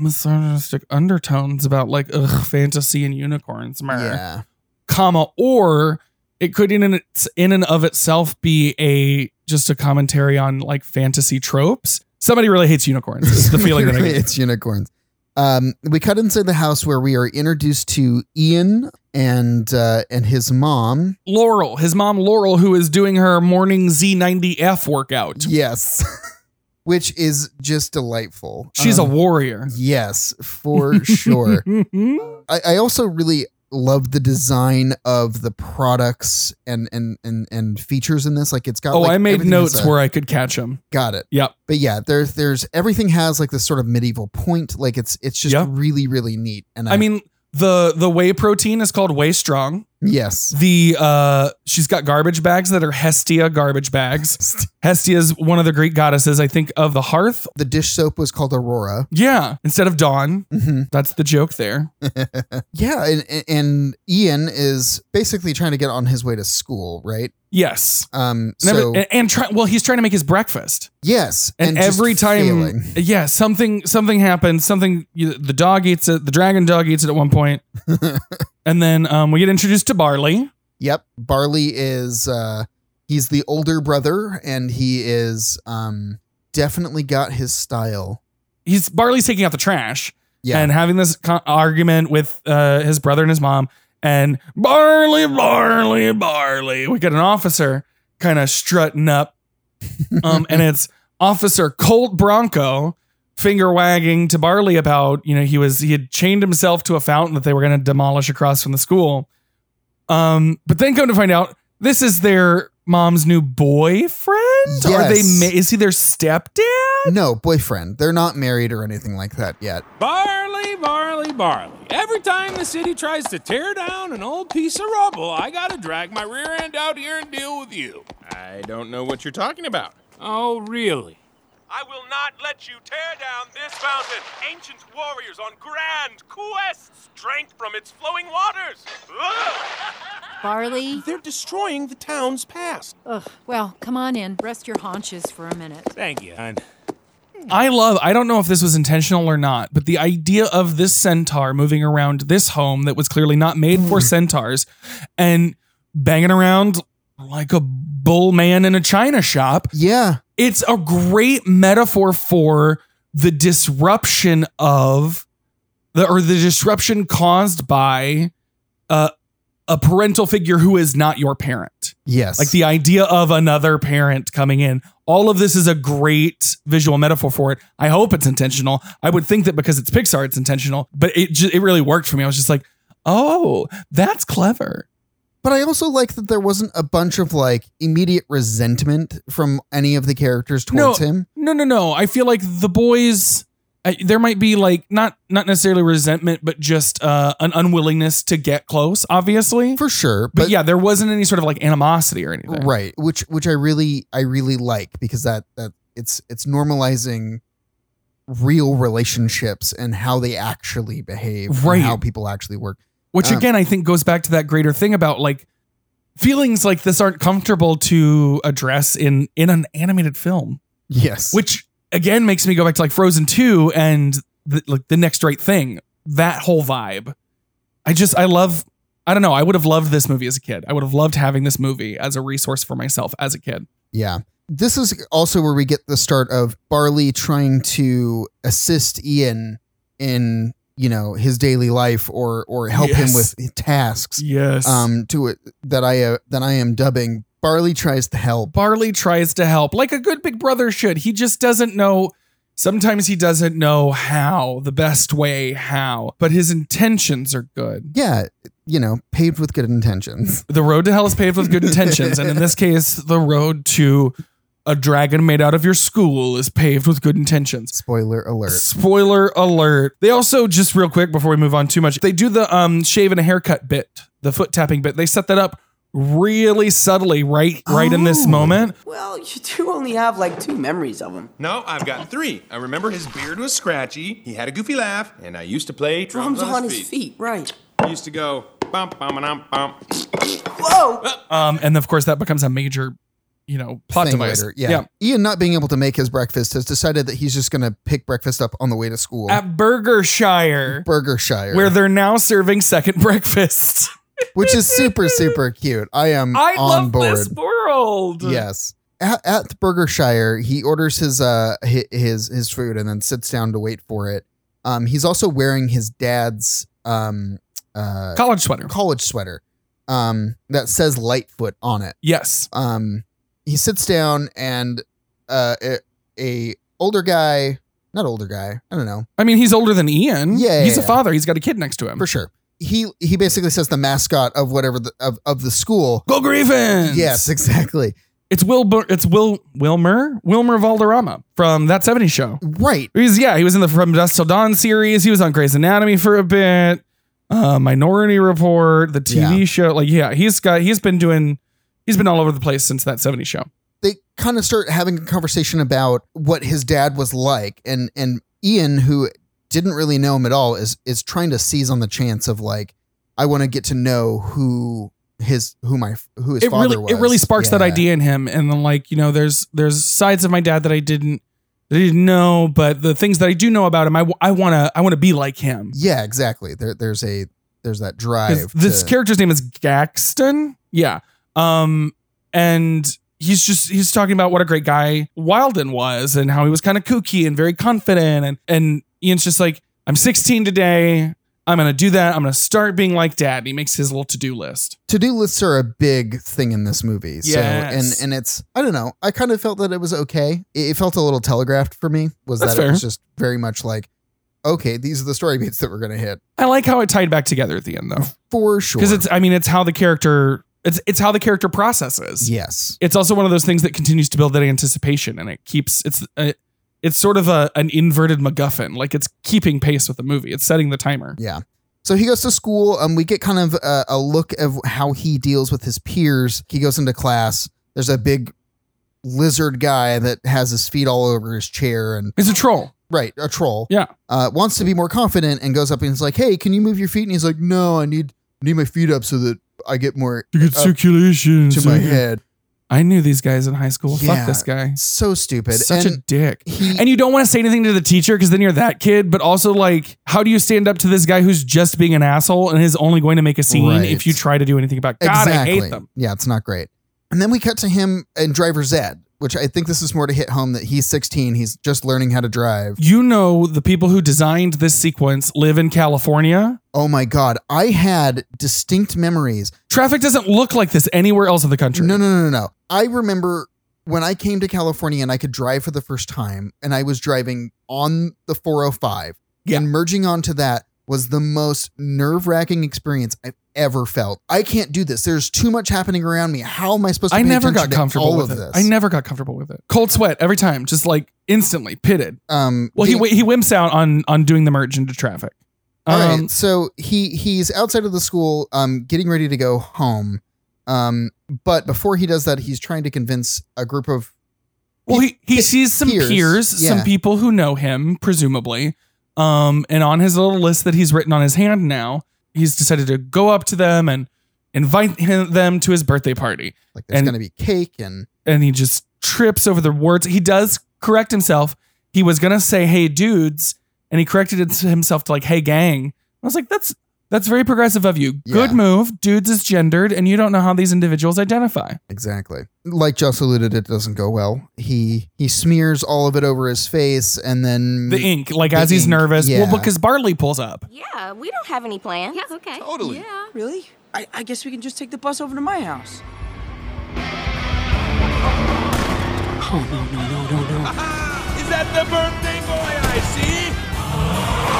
[SPEAKER 1] misogynistic undertones about like ugh, fantasy and unicorns mer,
[SPEAKER 2] yeah
[SPEAKER 1] comma or it could in and its, in and of itself be a just a commentary on like fantasy tropes somebody really hates unicorns this is the feeling that i get
[SPEAKER 2] it's unicorns. Um, we cut inside the house where we are introduced to Ian and uh, and his mom.
[SPEAKER 1] laurel his mom laurel who is doing her morning z90f workout
[SPEAKER 2] Yes, which is just delightful.
[SPEAKER 1] she's
[SPEAKER 2] Um,
[SPEAKER 1] a warrior
[SPEAKER 2] yes for sure. I, I also really love the design of the products and and and and features in this. Like it's got.
[SPEAKER 1] oh
[SPEAKER 2] like,
[SPEAKER 1] i made
[SPEAKER 2] everything is
[SPEAKER 1] notes
[SPEAKER 2] a-
[SPEAKER 1] where i could catch him
[SPEAKER 2] got it.
[SPEAKER 1] yep
[SPEAKER 2] But yeah, there's there's everything has like this sort of medieval point. Like it's it's just
[SPEAKER 1] Yeah.
[SPEAKER 2] really really neat. And
[SPEAKER 1] i mean the the whey protein is called whey strong
[SPEAKER 2] yes.
[SPEAKER 1] the uh she's got garbage bags that are Hestia garbage bags. Hestia is one of the Greek goddesses, I think, of the hearth.
[SPEAKER 2] The dish soap was called Aurora.
[SPEAKER 1] Yeah, instead of dawn.
[SPEAKER 2] Mm-hmm.
[SPEAKER 1] That's the joke there.
[SPEAKER 2] Yeah, and, and- and Ian is basically trying to get on his way to school, right?
[SPEAKER 1] Yes.
[SPEAKER 2] Um,
[SPEAKER 1] Never-
[SPEAKER 2] so
[SPEAKER 1] and, and try, well, he's trying to make his breakfast,
[SPEAKER 2] yes,
[SPEAKER 1] and,
[SPEAKER 2] just
[SPEAKER 1] every time,
[SPEAKER 2] failing.
[SPEAKER 1] yeah, something something happens. Something you- the dog eats it. The dragon dog eats it at one point, and then um, we get introduced to Barley.
[SPEAKER 2] Yep, Barley is uh, he's the older brother, and he is um definitely got his style.
[SPEAKER 1] He's Barley's taking out the trash,
[SPEAKER 2] Yeah,
[SPEAKER 1] and having this co- argument with uh, his brother and his mom. And barley, barley, barley. We get an officer kind of strutting up, um, and it's Officer Colt Bronco finger wagging to Barley about you know he was he had chained himself to a fountain that they were going to demolish across from the school. Um, but then come to find out, this is their mom's new boyfriend. Are they?
[SPEAKER 2] Yes.
[SPEAKER 1] Ma- is he their stepdad?
[SPEAKER 2] no boyfriend. They're not married or anything like that yet.
[SPEAKER 6] Barley, barley, barley. Every time the city tries to tear down an old piece of rubble, I gotta drag my rear end out here and deal with you. I don't know what you're talking about. Oh, really?
[SPEAKER 7] I will not let you tear down this fountain. Ancient warriors on grand quest, strength from its flowing waters. Ugh!
[SPEAKER 4] Barley?
[SPEAKER 6] They're destroying the town's past.
[SPEAKER 4] Ugh. Well, come on in. Rest your haunches for a minute.
[SPEAKER 6] Thank you, hon.
[SPEAKER 1] I love, I don't know if this was intentional or not, but the idea of this centaur moving around this home that was clearly not made for centaurs and banging around like a bull man in a china shop.
[SPEAKER 2] Yeah,
[SPEAKER 1] It's a great metaphor for the disruption of the, or the disruption caused by uh, a parental figure who is not your parent
[SPEAKER 2] yes,
[SPEAKER 1] like the idea of another parent coming in all of this is a great visual metaphor for it i hope it's intentional i would think that because it's pixar it's intentional but it ju- it really worked for me i was just like oh that's clever
[SPEAKER 2] But I also like that there wasn't a bunch of like immediate resentment from any of the characters towards
[SPEAKER 1] no,
[SPEAKER 2] him.
[SPEAKER 1] no no no i feel like the boys I, there might be like not not necessarily resentment but just uh, an unwillingness to get close obviously
[SPEAKER 2] For sure.
[SPEAKER 1] but,
[SPEAKER 2] But,
[SPEAKER 1] yeah there wasn't any sort of like animosity or anything
[SPEAKER 2] right. Which which I really I really like because that that it's it's normalizing real relationships and how they actually behave. and
[SPEAKER 1] Right.
[SPEAKER 2] how people actually work.
[SPEAKER 1] Which
[SPEAKER 2] Um,
[SPEAKER 1] again, I think goes back to that greater thing about like feelings like this aren't comfortable to address in in an animated film
[SPEAKER 2] Yes.
[SPEAKER 1] which again makes me go back to like Frozen 2 and the, like the next right thing, that whole vibe. I just I love I don't know, I would have loved this movie as a kid. I would have loved having this movie as a resource for myself as a kid.
[SPEAKER 2] Yeah. This is also where we get the start of Barley trying to assist Ian in, you know, his daily life or or help him
[SPEAKER 1] Yes.
[SPEAKER 2] with tasks.
[SPEAKER 1] Yes. Um
[SPEAKER 2] Um to it that I uh, that I am dubbing Barley tries to help.
[SPEAKER 1] Barley tries to help like a good big brother should. He just doesn't know sometimes he doesn't know how, the best way how, but his intentions are good.
[SPEAKER 2] Yeah, you know, paved with good intentions.
[SPEAKER 1] the road to hell is paved with good intentions and in this case the road to a dragon made out of your school is paved with good intentions
[SPEAKER 2] Spoiler alert.
[SPEAKER 1] spoiler alert they also just real quick before we move on too much they do the um shave and a haircut bit the foot tapping bit they set that up really subtly right right in this moment
[SPEAKER 5] Well, you do only have like two memories of him.
[SPEAKER 6] No, I've got three. I remember his beard was scratchy, he had a goofy laugh, and I used to play
[SPEAKER 5] Drums on his feet, right?
[SPEAKER 6] I used to go bum bum bum bum. Uh.
[SPEAKER 5] Whoa!
[SPEAKER 1] um and of course that becomes a major you know plot
[SPEAKER 2] thing
[SPEAKER 1] device
[SPEAKER 2] later. Yeah. Ian not being able to make his breakfast has decided that he's just going to pick breakfast up on the way to school.
[SPEAKER 1] at burgershire
[SPEAKER 2] Burger Shire,
[SPEAKER 1] where they're now serving second breakfast
[SPEAKER 2] which is super super cute. I am
[SPEAKER 1] i
[SPEAKER 2] on
[SPEAKER 1] love
[SPEAKER 2] board.
[SPEAKER 1] this world
[SPEAKER 2] Yes. At, at the Burger Shire, he orders his uh hi- his his food and then sits down to wait for it. Um, he's also wearing his dad's um uh
[SPEAKER 1] college sweater.
[SPEAKER 2] college sweater, um that says Lightfoot on it.
[SPEAKER 1] Yes.
[SPEAKER 2] Um, he sits down and uh a, a older guy, not older guy, I don't know,
[SPEAKER 1] I mean, he's older than Ian.
[SPEAKER 2] Yeah,
[SPEAKER 1] He's
[SPEAKER 2] yeah,
[SPEAKER 1] a
[SPEAKER 2] yeah.
[SPEAKER 1] father. He's got a kid next to him.
[SPEAKER 2] for sure. He he basically says the mascot of whatever the, of of the school.
[SPEAKER 1] Go Griffins.
[SPEAKER 2] Yes, exactly.
[SPEAKER 1] It's Will. Bur- It's Will Wilmer. Wilmer Valderrama from that '70s show.
[SPEAKER 2] Right.
[SPEAKER 1] He's yeah. He was in the From Dusk Till Dawn series. He was on Grey's Anatomy for a bit. Uh, Minority Report, the TV show. Like yeah, he's got. He's been doing. He's been all over the place since that '70s show.
[SPEAKER 2] they kind of start having a conversation about what his dad was like and and Ian who didn't really know him at all is is trying to seize on the chance of like I want to get to know who his who my who his
[SPEAKER 1] it
[SPEAKER 2] father
[SPEAKER 1] really
[SPEAKER 2] was.
[SPEAKER 1] it really sparks that
[SPEAKER 2] Yeah.
[SPEAKER 1] idea in him and then like you know there's there's sides of my dad that i didn't that I didn't know but the things that i do know about him i, w- I want to i want to be like him
[SPEAKER 2] Yeah, exactly. There there's a there's that
[SPEAKER 1] 'Cause
[SPEAKER 2] drive.
[SPEAKER 1] this
[SPEAKER 2] to-
[SPEAKER 1] character's name is gaxton yeah um and he's just he's talking about what a great guy wilden was and how he was kind of kooky and very confident and and ian's just like i'm 16 today i'm gonna do that i'm gonna start being like dad and he makes his little to-do list
[SPEAKER 2] to-do lists are a big thing in this movie. So and
[SPEAKER 1] Yes.
[SPEAKER 2] and it's I don't know. I kind of felt that it was okay. It, it felt a little telegraphed for me. Was
[SPEAKER 1] That's
[SPEAKER 2] that
[SPEAKER 1] fair.
[SPEAKER 2] it was just very much like okay, these are the story beats that we're going to hit.
[SPEAKER 1] i like how it tied back together at the end though
[SPEAKER 2] For sure.
[SPEAKER 1] because it's i mean it's how the character it's it's how the character processes
[SPEAKER 2] Yes.
[SPEAKER 1] it's also one of those things that continues to build that anticipation and it keeps it's uh it's sort of a an inverted macguffin like it's keeping pace with the movie it's setting the timer
[SPEAKER 2] Yeah. So he goes to school. Um, we get kind of a, a look of how he deals with his peers. He goes into class. There's a big lizard guy that has his feet all over his chair and
[SPEAKER 1] it's a troll
[SPEAKER 2] right a troll.
[SPEAKER 1] Yeah.
[SPEAKER 2] Uh, wants to be more confident and goes up and is like, "Hey, can you move your feet?" And he's like, "No, I need need my feet up so that I get more
[SPEAKER 1] you get
[SPEAKER 2] up
[SPEAKER 1] circulation
[SPEAKER 2] Uh, to my head."
[SPEAKER 1] i knew these guys in high school
[SPEAKER 2] Yeah.
[SPEAKER 1] fuck this guy
[SPEAKER 2] So stupid.
[SPEAKER 1] such
[SPEAKER 2] and
[SPEAKER 1] a dick
[SPEAKER 2] he,
[SPEAKER 1] and you don't want to say anything to the teacher because then you're that kid but also like how do you stand up to this guy who's just being an asshole and is only going to make a scene
[SPEAKER 2] Right.
[SPEAKER 1] if you try to do anything about god i hate them
[SPEAKER 2] Yeah, it's not great. And then we cut to him and driver Zed, which I think this is more to hit home that he's 16. He's just learning how to drive.
[SPEAKER 1] you know the people who designed this sequence live in California.
[SPEAKER 2] Oh my God. I had distinct memories.
[SPEAKER 1] Traffic doesn't look like this anywhere else in the country.
[SPEAKER 2] No, no, no, no, no. I remember when I came to California and I could drive for the first time and I was driving on the 405
[SPEAKER 1] Yeah.
[SPEAKER 2] and merging onto that was the most nerve wracking experience I've ever felt. I can't do this. There's too much happening around me. How am I supposed to
[SPEAKER 1] I
[SPEAKER 2] pay
[SPEAKER 1] never got
[SPEAKER 2] attention to
[SPEAKER 1] comfortable
[SPEAKER 2] all
[SPEAKER 1] with
[SPEAKER 2] of
[SPEAKER 1] it.
[SPEAKER 2] this?
[SPEAKER 1] I never got comfortable with it. Cold sweat every time, just like instantly pitted.
[SPEAKER 2] um,
[SPEAKER 1] Well, he
[SPEAKER 2] the-
[SPEAKER 1] he he wimps out on on doing the merge into traffic.
[SPEAKER 2] All right,
[SPEAKER 1] Um,
[SPEAKER 2] So he he's outside of the school, um, getting ready to go home. Um, but before he does that, he's trying to convince a group of
[SPEAKER 1] Well, he, he sees some peers,
[SPEAKER 2] peers,
[SPEAKER 1] some
[SPEAKER 2] yeah.
[SPEAKER 1] people who know him, presumably. Um, and on his little list that he's written on his hand now, he's decided to go up to them and invite him, them to his birthday party.
[SPEAKER 2] Like there's
[SPEAKER 1] And-
[SPEAKER 2] going to be cake and
[SPEAKER 1] and he just trips over the words. He does correct himself. He was gonna say, "Hey, dudes," and he corrected it to himself to like, "Hey, gang." I was like, "That's that's very progressive of you. Good
[SPEAKER 2] Yeah.
[SPEAKER 1] move. Dudes is gendered, and you don't know how these individuals identify."
[SPEAKER 2] exactly. Like Joss alluded, it doesn't go well. He he smears all of it over his face and then
[SPEAKER 1] The ink, like
[SPEAKER 2] Mm, The
[SPEAKER 1] as he's
[SPEAKER 2] ink,
[SPEAKER 1] nervous,
[SPEAKER 2] yeah.
[SPEAKER 1] well, because Bartley pulls up.
[SPEAKER 8] Yeah, we don't have any plans. Yeah, okay.
[SPEAKER 7] Totally.
[SPEAKER 4] Yeah.
[SPEAKER 5] Really? I, I guess we can just take the bus over to my house.
[SPEAKER 7] Is that the birthday boy I see?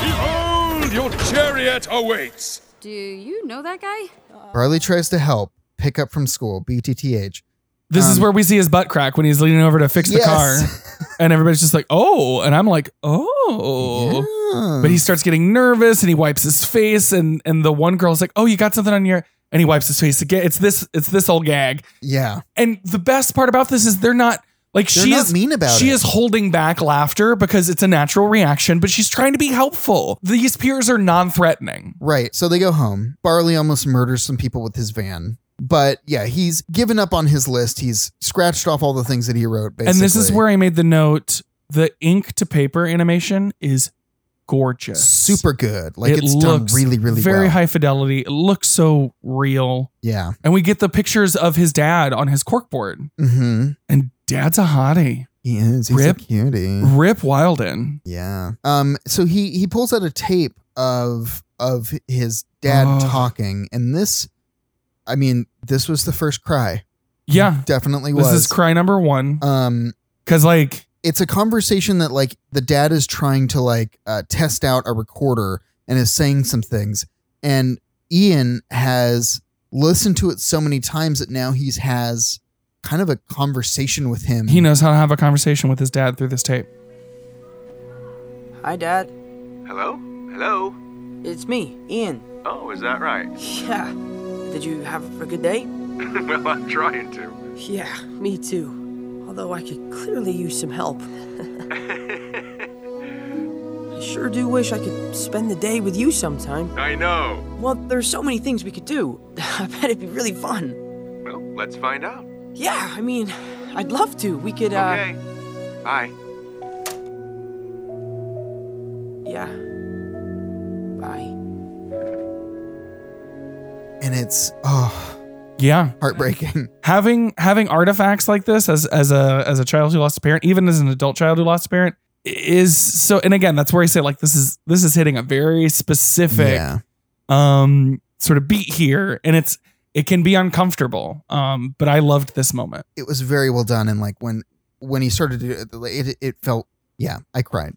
[SPEAKER 7] Behold, your chariot awaits.
[SPEAKER 4] Do you know that guy?
[SPEAKER 2] Barley tries to help pick up from school. BTTH.
[SPEAKER 1] This is where we see his butt crack when he's leaning over to fix the
[SPEAKER 2] Um, Yes.
[SPEAKER 1] car, and everybody's just like, "Oh," and I'm like, "Oh."
[SPEAKER 2] Yeah.
[SPEAKER 1] But he starts getting nervous and he wipes his face and and the one girl's like, "Oh, you got something on your." And he wipes his face again. It's this it's this old gag.
[SPEAKER 2] yeah.
[SPEAKER 1] And the best part about this is they're not like
[SPEAKER 2] They're
[SPEAKER 1] she
[SPEAKER 2] not
[SPEAKER 1] is
[SPEAKER 2] mean about
[SPEAKER 1] she
[SPEAKER 2] it.
[SPEAKER 1] is holding back laughter because it's a natural reaction, but she's trying to be helpful. These peers are non-threatening.
[SPEAKER 2] Right. So they go home. Barley almost murders some people with his van. But yeah, he's given up on his list. He's scratched off all the things that he wrote, basically.
[SPEAKER 1] And this is where I made the note, the ink to paper animation is gorgeous.
[SPEAKER 2] super good. Like it's done really, really
[SPEAKER 1] very
[SPEAKER 2] well.
[SPEAKER 1] high fidelity. It looks so real.
[SPEAKER 2] Yeah.
[SPEAKER 1] And we get the pictures of his dad on his corkboard.
[SPEAKER 2] Mm-hmm.
[SPEAKER 1] And dad's a hottie.
[SPEAKER 2] He is. He's
[SPEAKER 1] Rip.
[SPEAKER 2] a cutie.
[SPEAKER 1] Rip Wilden.
[SPEAKER 2] Yeah. Um. So he he pulls out a tape of of his dad
[SPEAKER 1] Oh.
[SPEAKER 2] talking, and this, I mean, this was the first cry.
[SPEAKER 1] Yeah.
[SPEAKER 2] Definitely
[SPEAKER 1] This
[SPEAKER 2] was.
[SPEAKER 1] is cry number one.
[SPEAKER 2] um.
[SPEAKER 1] Cause like
[SPEAKER 2] It's a conversation that like the dad is trying to like uh, test out a recorder and is saying some things, and Ian has listened to it so many times that now he's has kind of a conversation with him.
[SPEAKER 1] he knows how to have a conversation with his dad through this tape.
[SPEAKER 5] Hi, Dad.
[SPEAKER 7] Hello? Hello?
[SPEAKER 5] It's me, Ian.
[SPEAKER 7] Oh, is that right?
[SPEAKER 5] Yeah. Did you have a good day?
[SPEAKER 7] well, I'm trying to.
[SPEAKER 5] Yeah, me too. Although I could clearly use some help. I sure do wish I could spend the day with you sometime.
[SPEAKER 7] I know.
[SPEAKER 5] Well, there's so many things we could do. I bet it'd be really fun.
[SPEAKER 7] Well, let's find out.
[SPEAKER 5] Yeah, I mean, I'd love to. We could, uh.
[SPEAKER 7] Okay. Bye.
[SPEAKER 5] Yeah. Bye.
[SPEAKER 2] and it's oh
[SPEAKER 1] Yeah.
[SPEAKER 2] heartbreaking.
[SPEAKER 1] Having having artifacts like this as as a as a child who lost a parent, even as an adult child who lost a parent, is so and again, that's where I say like this is this is hitting a very specific
[SPEAKER 2] Yeah.
[SPEAKER 1] um sort of beat here and it's it can be uncomfortable um but i loved this moment
[SPEAKER 2] it was very well done and like when when he started to do it, like, it, it felt yeah i cried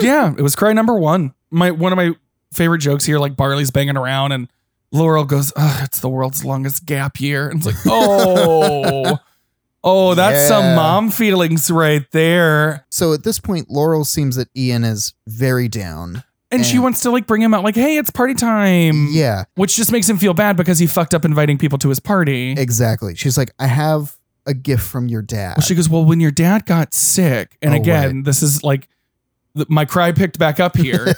[SPEAKER 1] yeah it was cry number one my one of my favorite jokes here like barley's banging around and laurel goes Ugh, it's the world's longest gap year and it's like oh oh that's some
[SPEAKER 2] Yeah.
[SPEAKER 1] mom feelings right there
[SPEAKER 2] so at this point laurel seems that ian is very down
[SPEAKER 1] and she
[SPEAKER 2] Yeah.
[SPEAKER 1] wants to like bring him out like hey it's party time
[SPEAKER 2] yeah
[SPEAKER 1] which just makes him feel bad because he fucked up inviting people to his party
[SPEAKER 2] exactly she's like i have a gift from your dad
[SPEAKER 1] Well, she goes, Well, when your dad got sick, and
[SPEAKER 2] Oh,
[SPEAKER 1] again, this is like th- my cry picked back up here.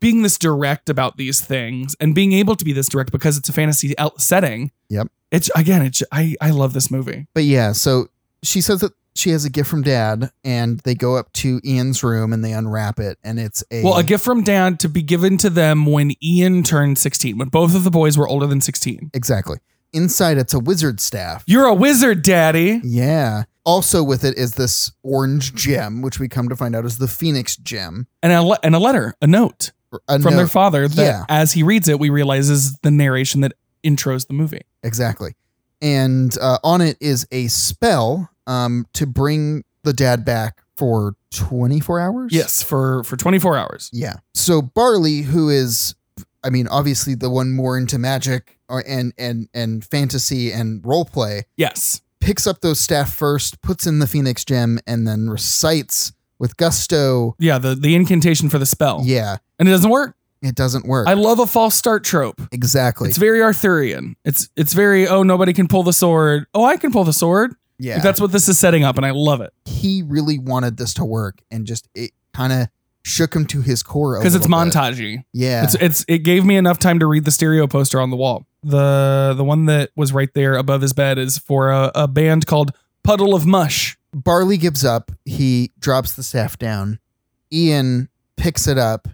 [SPEAKER 1] being this direct about these things and being able to be this direct because it's a fantasy out- setting.
[SPEAKER 2] Yep.
[SPEAKER 1] It's again, it's I, I love this movie.
[SPEAKER 2] but yeah so she says that she has a gift from dad and they go up to ian's room and they unwrap it and it's a
[SPEAKER 1] Well, a gift from dad to be given to them when Ian turned 16, when both of the boys were older than 16.
[SPEAKER 2] exactly inside it's a wizard staff
[SPEAKER 1] You're a wizard, daddy.
[SPEAKER 2] yeah also with it is this orange gem which we come to find out is the phoenix gem uh,
[SPEAKER 1] And a, le- and a letter, a note
[SPEAKER 2] A
[SPEAKER 1] from
[SPEAKER 2] note-
[SPEAKER 1] their father that
[SPEAKER 2] Yeah.
[SPEAKER 1] as he reads it, we realize is the narration that intros the movie.
[SPEAKER 2] Exactly. And uh, on it is a spell um, to bring the dad back for 24 hours.
[SPEAKER 1] Yes, for, for 24 hours.
[SPEAKER 2] Yeah. So Barley, who is, I mean, obviously the one more into magic or, and and and fantasy and role play,
[SPEAKER 1] Yes.
[SPEAKER 2] picks up those staff first, puts in the phoenix gem, and then recites with gusto.
[SPEAKER 1] Yeah, the, the incantation for the spell.
[SPEAKER 2] Yeah,
[SPEAKER 1] And it doesn't work.
[SPEAKER 2] it doesn't work.
[SPEAKER 1] Oh. I love a false start trope.
[SPEAKER 2] exactly.
[SPEAKER 1] It's very Arthurian. It's it's very, oh, nobody can pull the sword. Oh, I can pull the sword.
[SPEAKER 2] yeah.
[SPEAKER 1] Like, that's what this is setting up, and I love it.
[SPEAKER 2] he really wanted this to work and just it kind of shook him to his core a
[SPEAKER 1] because it's
[SPEAKER 2] little bit.
[SPEAKER 1] montagey.
[SPEAKER 2] Yeah,
[SPEAKER 1] It's it's it gave me enough time to read the stereo poster on the wall. The the one that was right there above his bed is for a, a band called Puddle of Mush.
[SPEAKER 2] Barley gives up. He drops the staff down. Ian picks it up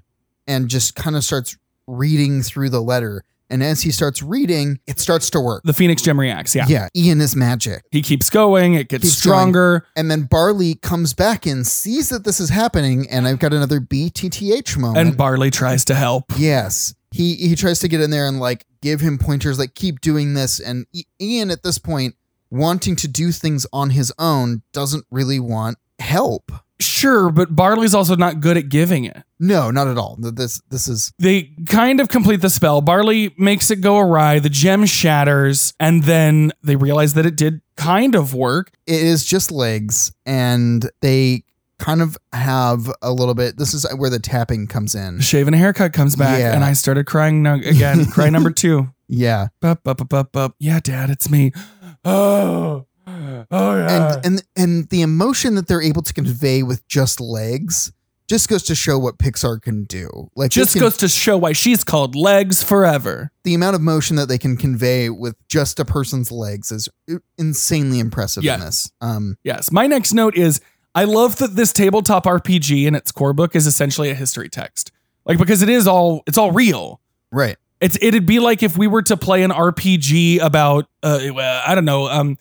[SPEAKER 2] and just kind of starts reading through the letter. And as he starts reading, it starts to work.
[SPEAKER 1] The Phoenix Gem reacts. Yeah.
[SPEAKER 2] Ian is magic.
[SPEAKER 1] He keeps going. It gets
[SPEAKER 2] Keeps
[SPEAKER 1] stronger.
[SPEAKER 2] And then Barley comes back and sees that this is happening. And I've got another BTTH moment.
[SPEAKER 1] And Barley tries to help.
[SPEAKER 2] Yes. He he tries to get in there and like give him pointers like keep doing this and I- Ian at this point wanting to do things on his own doesn't really want help.
[SPEAKER 1] Sure, but Barley's also not good at giving it.
[SPEAKER 2] No, not at all. Th- This this is
[SPEAKER 1] They kind of complete the spell. Barley makes it go awry. The gem shatters, and then they realize that it did kind of work.
[SPEAKER 2] it is just legs and they kind of have a little bit this is where the tapping comes in.
[SPEAKER 1] Shave and a haircut comes back,
[SPEAKER 2] Yeah.
[SPEAKER 1] and I started crying no- again. Cry number two.
[SPEAKER 2] Yeah.
[SPEAKER 1] Bup, bup, bup, bup, bup. Yeah, Dad, it's me. Oh, oh yeah.
[SPEAKER 2] And and and the emotion that they're able to convey with just legs just goes to show what Pixar can do. Like they
[SPEAKER 1] just
[SPEAKER 2] can-
[SPEAKER 1] goes to show why she's called Legs Forever.
[SPEAKER 2] the amount of motion that they can convey with just a person's legs is uh, insanely impressive in this. Um,
[SPEAKER 1] Yes. My next note is I love that this tabletop RPG in its core book is essentially a history text. Like because it is all it's all real.
[SPEAKER 2] right.
[SPEAKER 1] It's it'd be like if we were to play an RPG about uh well, I don't know, um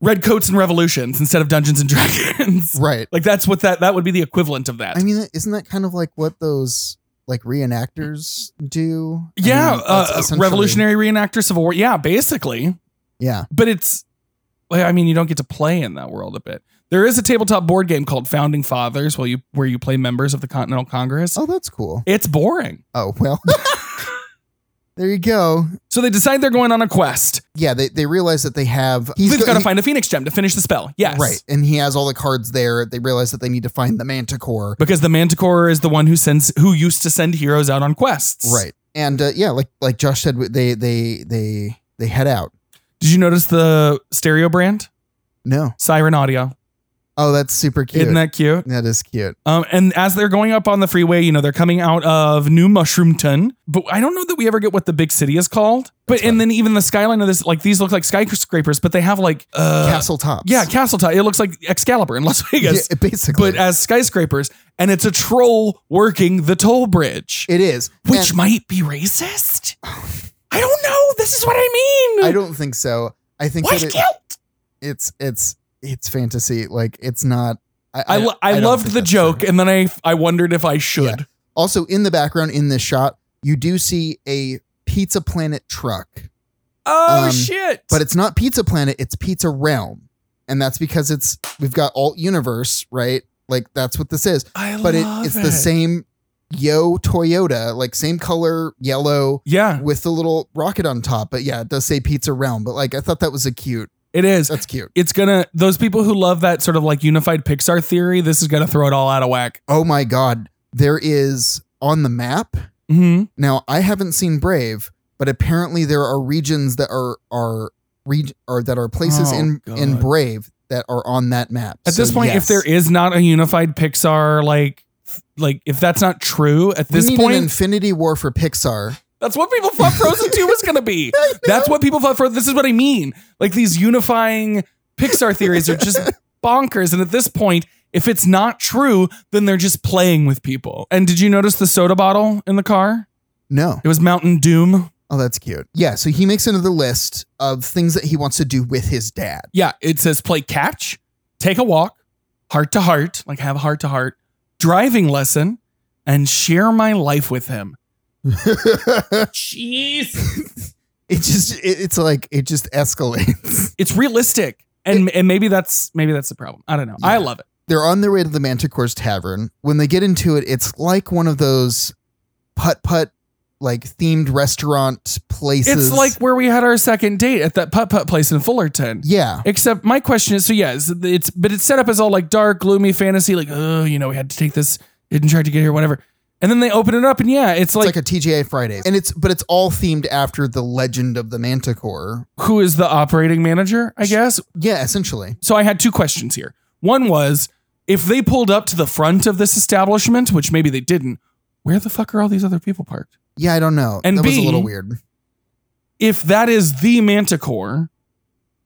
[SPEAKER 1] red coats and revolutions instead of Dungeons and Dragons.
[SPEAKER 2] Right.
[SPEAKER 1] like that's what that that would be the equivalent of that.
[SPEAKER 2] I mean, isn't that kind of like what those like reenactors do? I
[SPEAKER 1] yeah,
[SPEAKER 2] mean, that's
[SPEAKER 1] uh,
[SPEAKER 2] essentially-
[SPEAKER 1] revolutionary reenactor civil war. Yeah, basically.
[SPEAKER 2] Yeah.
[SPEAKER 1] but it's well, I mean, you don't get to play in that world a bit. There is a tabletop board game called Founding Fathers, where you where you play members of the Continental Congress.
[SPEAKER 2] Oh, that's cool.
[SPEAKER 1] It's boring.
[SPEAKER 2] Oh well. there you go.
[SPEAKER 1] So they decide they're going on a quest.
[SPEAKER 2] Yeah, they, they realize that they have. He's
[SPEAKER 1] They've
[SPEAKER 2] go-
[SPEAKER 1] got to
[SPEAKER 2] he-
[SPEAKER 1] find a phoenix gem to finish the spell. Yes,
[SPEAKER 2] Right, and he has all the cards there. They realize that they need to find the Manticore.
[SPEAKER 1] Because the Manticore is the one who sends who used to send heroes out on quests.
[SPEAKER 2] Right, and uh, yeah, like like Josh said, they they they they head out.
[SPEAKER 1] Did you notice the stereo brand
[SPEAKER 2] No,
[SPEAKER 1] Siren Audio?
[SPEAKER 2] oh, that's super cute.
[SPEAKER 1] Isn't that cute?
[SPEAKER 2] that is cute.
[SPEAKER 1] Um, and as they're going up on the freeway, you know, they're coming out of New Mushroomton, but I don't know that we ever get what the big city is called. But
[SPEAKER 2] That's
[SPEAKER 1] and
[SPEAKER 2] right.
[SPEAKER 1] then even the skyline of this, like these look like skyscrapers, but they have like uh,
[SPEAKER 2] Castle Tops.
[SPEAKER 1] yeah, castle top. It looks like Excalibur in Las Vegas,
[SPEAKER 2] Yeah, basically.
[SPEAKER 1] but uh, as skyscrapers, and it's a troll working the toll bridge,
[SPEAKER 2] it is.
[SPEAKER 1] which
[SPEAKER 2] And
[SPEAKER 1] might be racist. I don't know. This is what I mean.
[SPEAKER 2] I don't think so. I think
[SPEAKER 1] White
[SPEAKER 2] that it-
[SPEAKER 1] guilt.
[SPEAKER 2] it's it's it's fantasy. Like it's not. I
[SPEAKER 1] I, lo- I,
[SPEAKER 2] don't
[SPEAKER 1] loved
[SPEAKER 2] think
[SPEAKER 1] the
[SPEAKER 2] that's
[SPEAKER 1] joke,
[SPEAKER 2] true.
[SPEAKER 1] and then I I wondered if I should.
[SPEAKER 2] Also, in the background in this shot, you do see a Pizza Planet truck,
[SPEAKER 1] Oh
[SPEAKER 2] Um,
[SPEAKER 1] shit!
[SPEAKER 2] but it's not Pizza Planet. It's Pizza Realm, and that's because it's we've got alt universe, right? Like that's what this is.
[SPEAKER 1] I
[SPEAKER 2] But it,
[SPEAKER 1] love
[SPEAKER 2] it's the same Yo Toyota, like same color, yellow.
[SPEAKER 1] Yeah,
[SPEAKER 2] With the little rocket on top, but yeah, it does say Pizza Realm. But like, I thought that was a cute.
[SPEAKER 1] it is.
[SPEAKER 2] That's cute.
[SPEAKER 1] it's gonna those people who love that sort of like unified Pixar theory. This is gonna throw it all out of whack.
[SPEAKER 2] oh my god there is on the map
[SPEAKER 1] Mm-hmm.
[SPEAKER 2] now i haven't seen brave but apparently there are regions that are are reg- or that are places
[SPEAKER 1] Oh,
[SPEAKER 2] in in
[SPEAKER 1] God.
[SPEAKER 2] brave that are on that map
[SPEAKER 1] At
[SPEAKER 2] So,
[SPEAKER 1] this point,
[SPEAKER 2] yes.
[SPEAKER 1] if there is not a unified Pixar, like like if that's not true at
[SPEAKER 2] We
[SPEAKER 1] this
[SPEAKER 2] need
[SPEAKER 1] point,
[SPEAKER 2] an infinity war for pixar
[SPEAKER 1] that's what people thought Frozen Two was gonna be. That's what people thought for. This is what I mean. Like these unifying Pixar theories are just bonkers. And at this point. If it's not true, then they're just playing with people. And did you notice the soda bottle in the car?
[SPEAKER 2] no
[SPEAKER 1] It was Mountain Doom.
[SPEAKER 2] oh that's cute yeah so he makes another list of things that he wants to do with his dad
[SPEAKER 1] Yeah, it says play catch, take a walk, heart to heart, like have a heart to heart, driving lesson, and share my life with him. Jeez.
[SPEAKER 2] it just it, it's like it just escalates
[SPEAKER 1] It's realistic. And and maybe that's maybe that's the problem. I don't know. I love it.
[SPEAKER 2] they're on their way to the Manticore's tavern. When they get into it, it's like one of those putt putt like themed restaurant places.
[SPEAKER 1] It's like where we had our second date at that putt putt place in Fullerton.
[SPEAKER 2] yeah,
[SPEAKER 1] Except my question is so yeah, it's, it's but it's set up as all like dark, gloomy fantasy, like, oh, you know, we had to take this, didn't try to get here, whatever. And then they open it up and yeah, it's
[SPEAKER 2] it's
[SPEAKER 1] like,
[SPEAKER 2] like, a TGI Fridays, and it's but it's all themed after the legend of the Manticore.
[SPEAKER 1] who is the operating manager, I guess?
[SPEAKER 2] Yeah, essentially.
[SPEAKER 1] So I had two questions here. One was, If they pulled up to the front of this establishment, which maybe they didn't, where the fuck are all these other people parked?
[SPEAKER 2] Yeah, I don't know.
[SPEAKER 1] And
[SPEAKER 2] that was a
[SPEAKER 1] B-
[SPEAKER 2] little weird.
[SPEAKER 1] if that is the manticore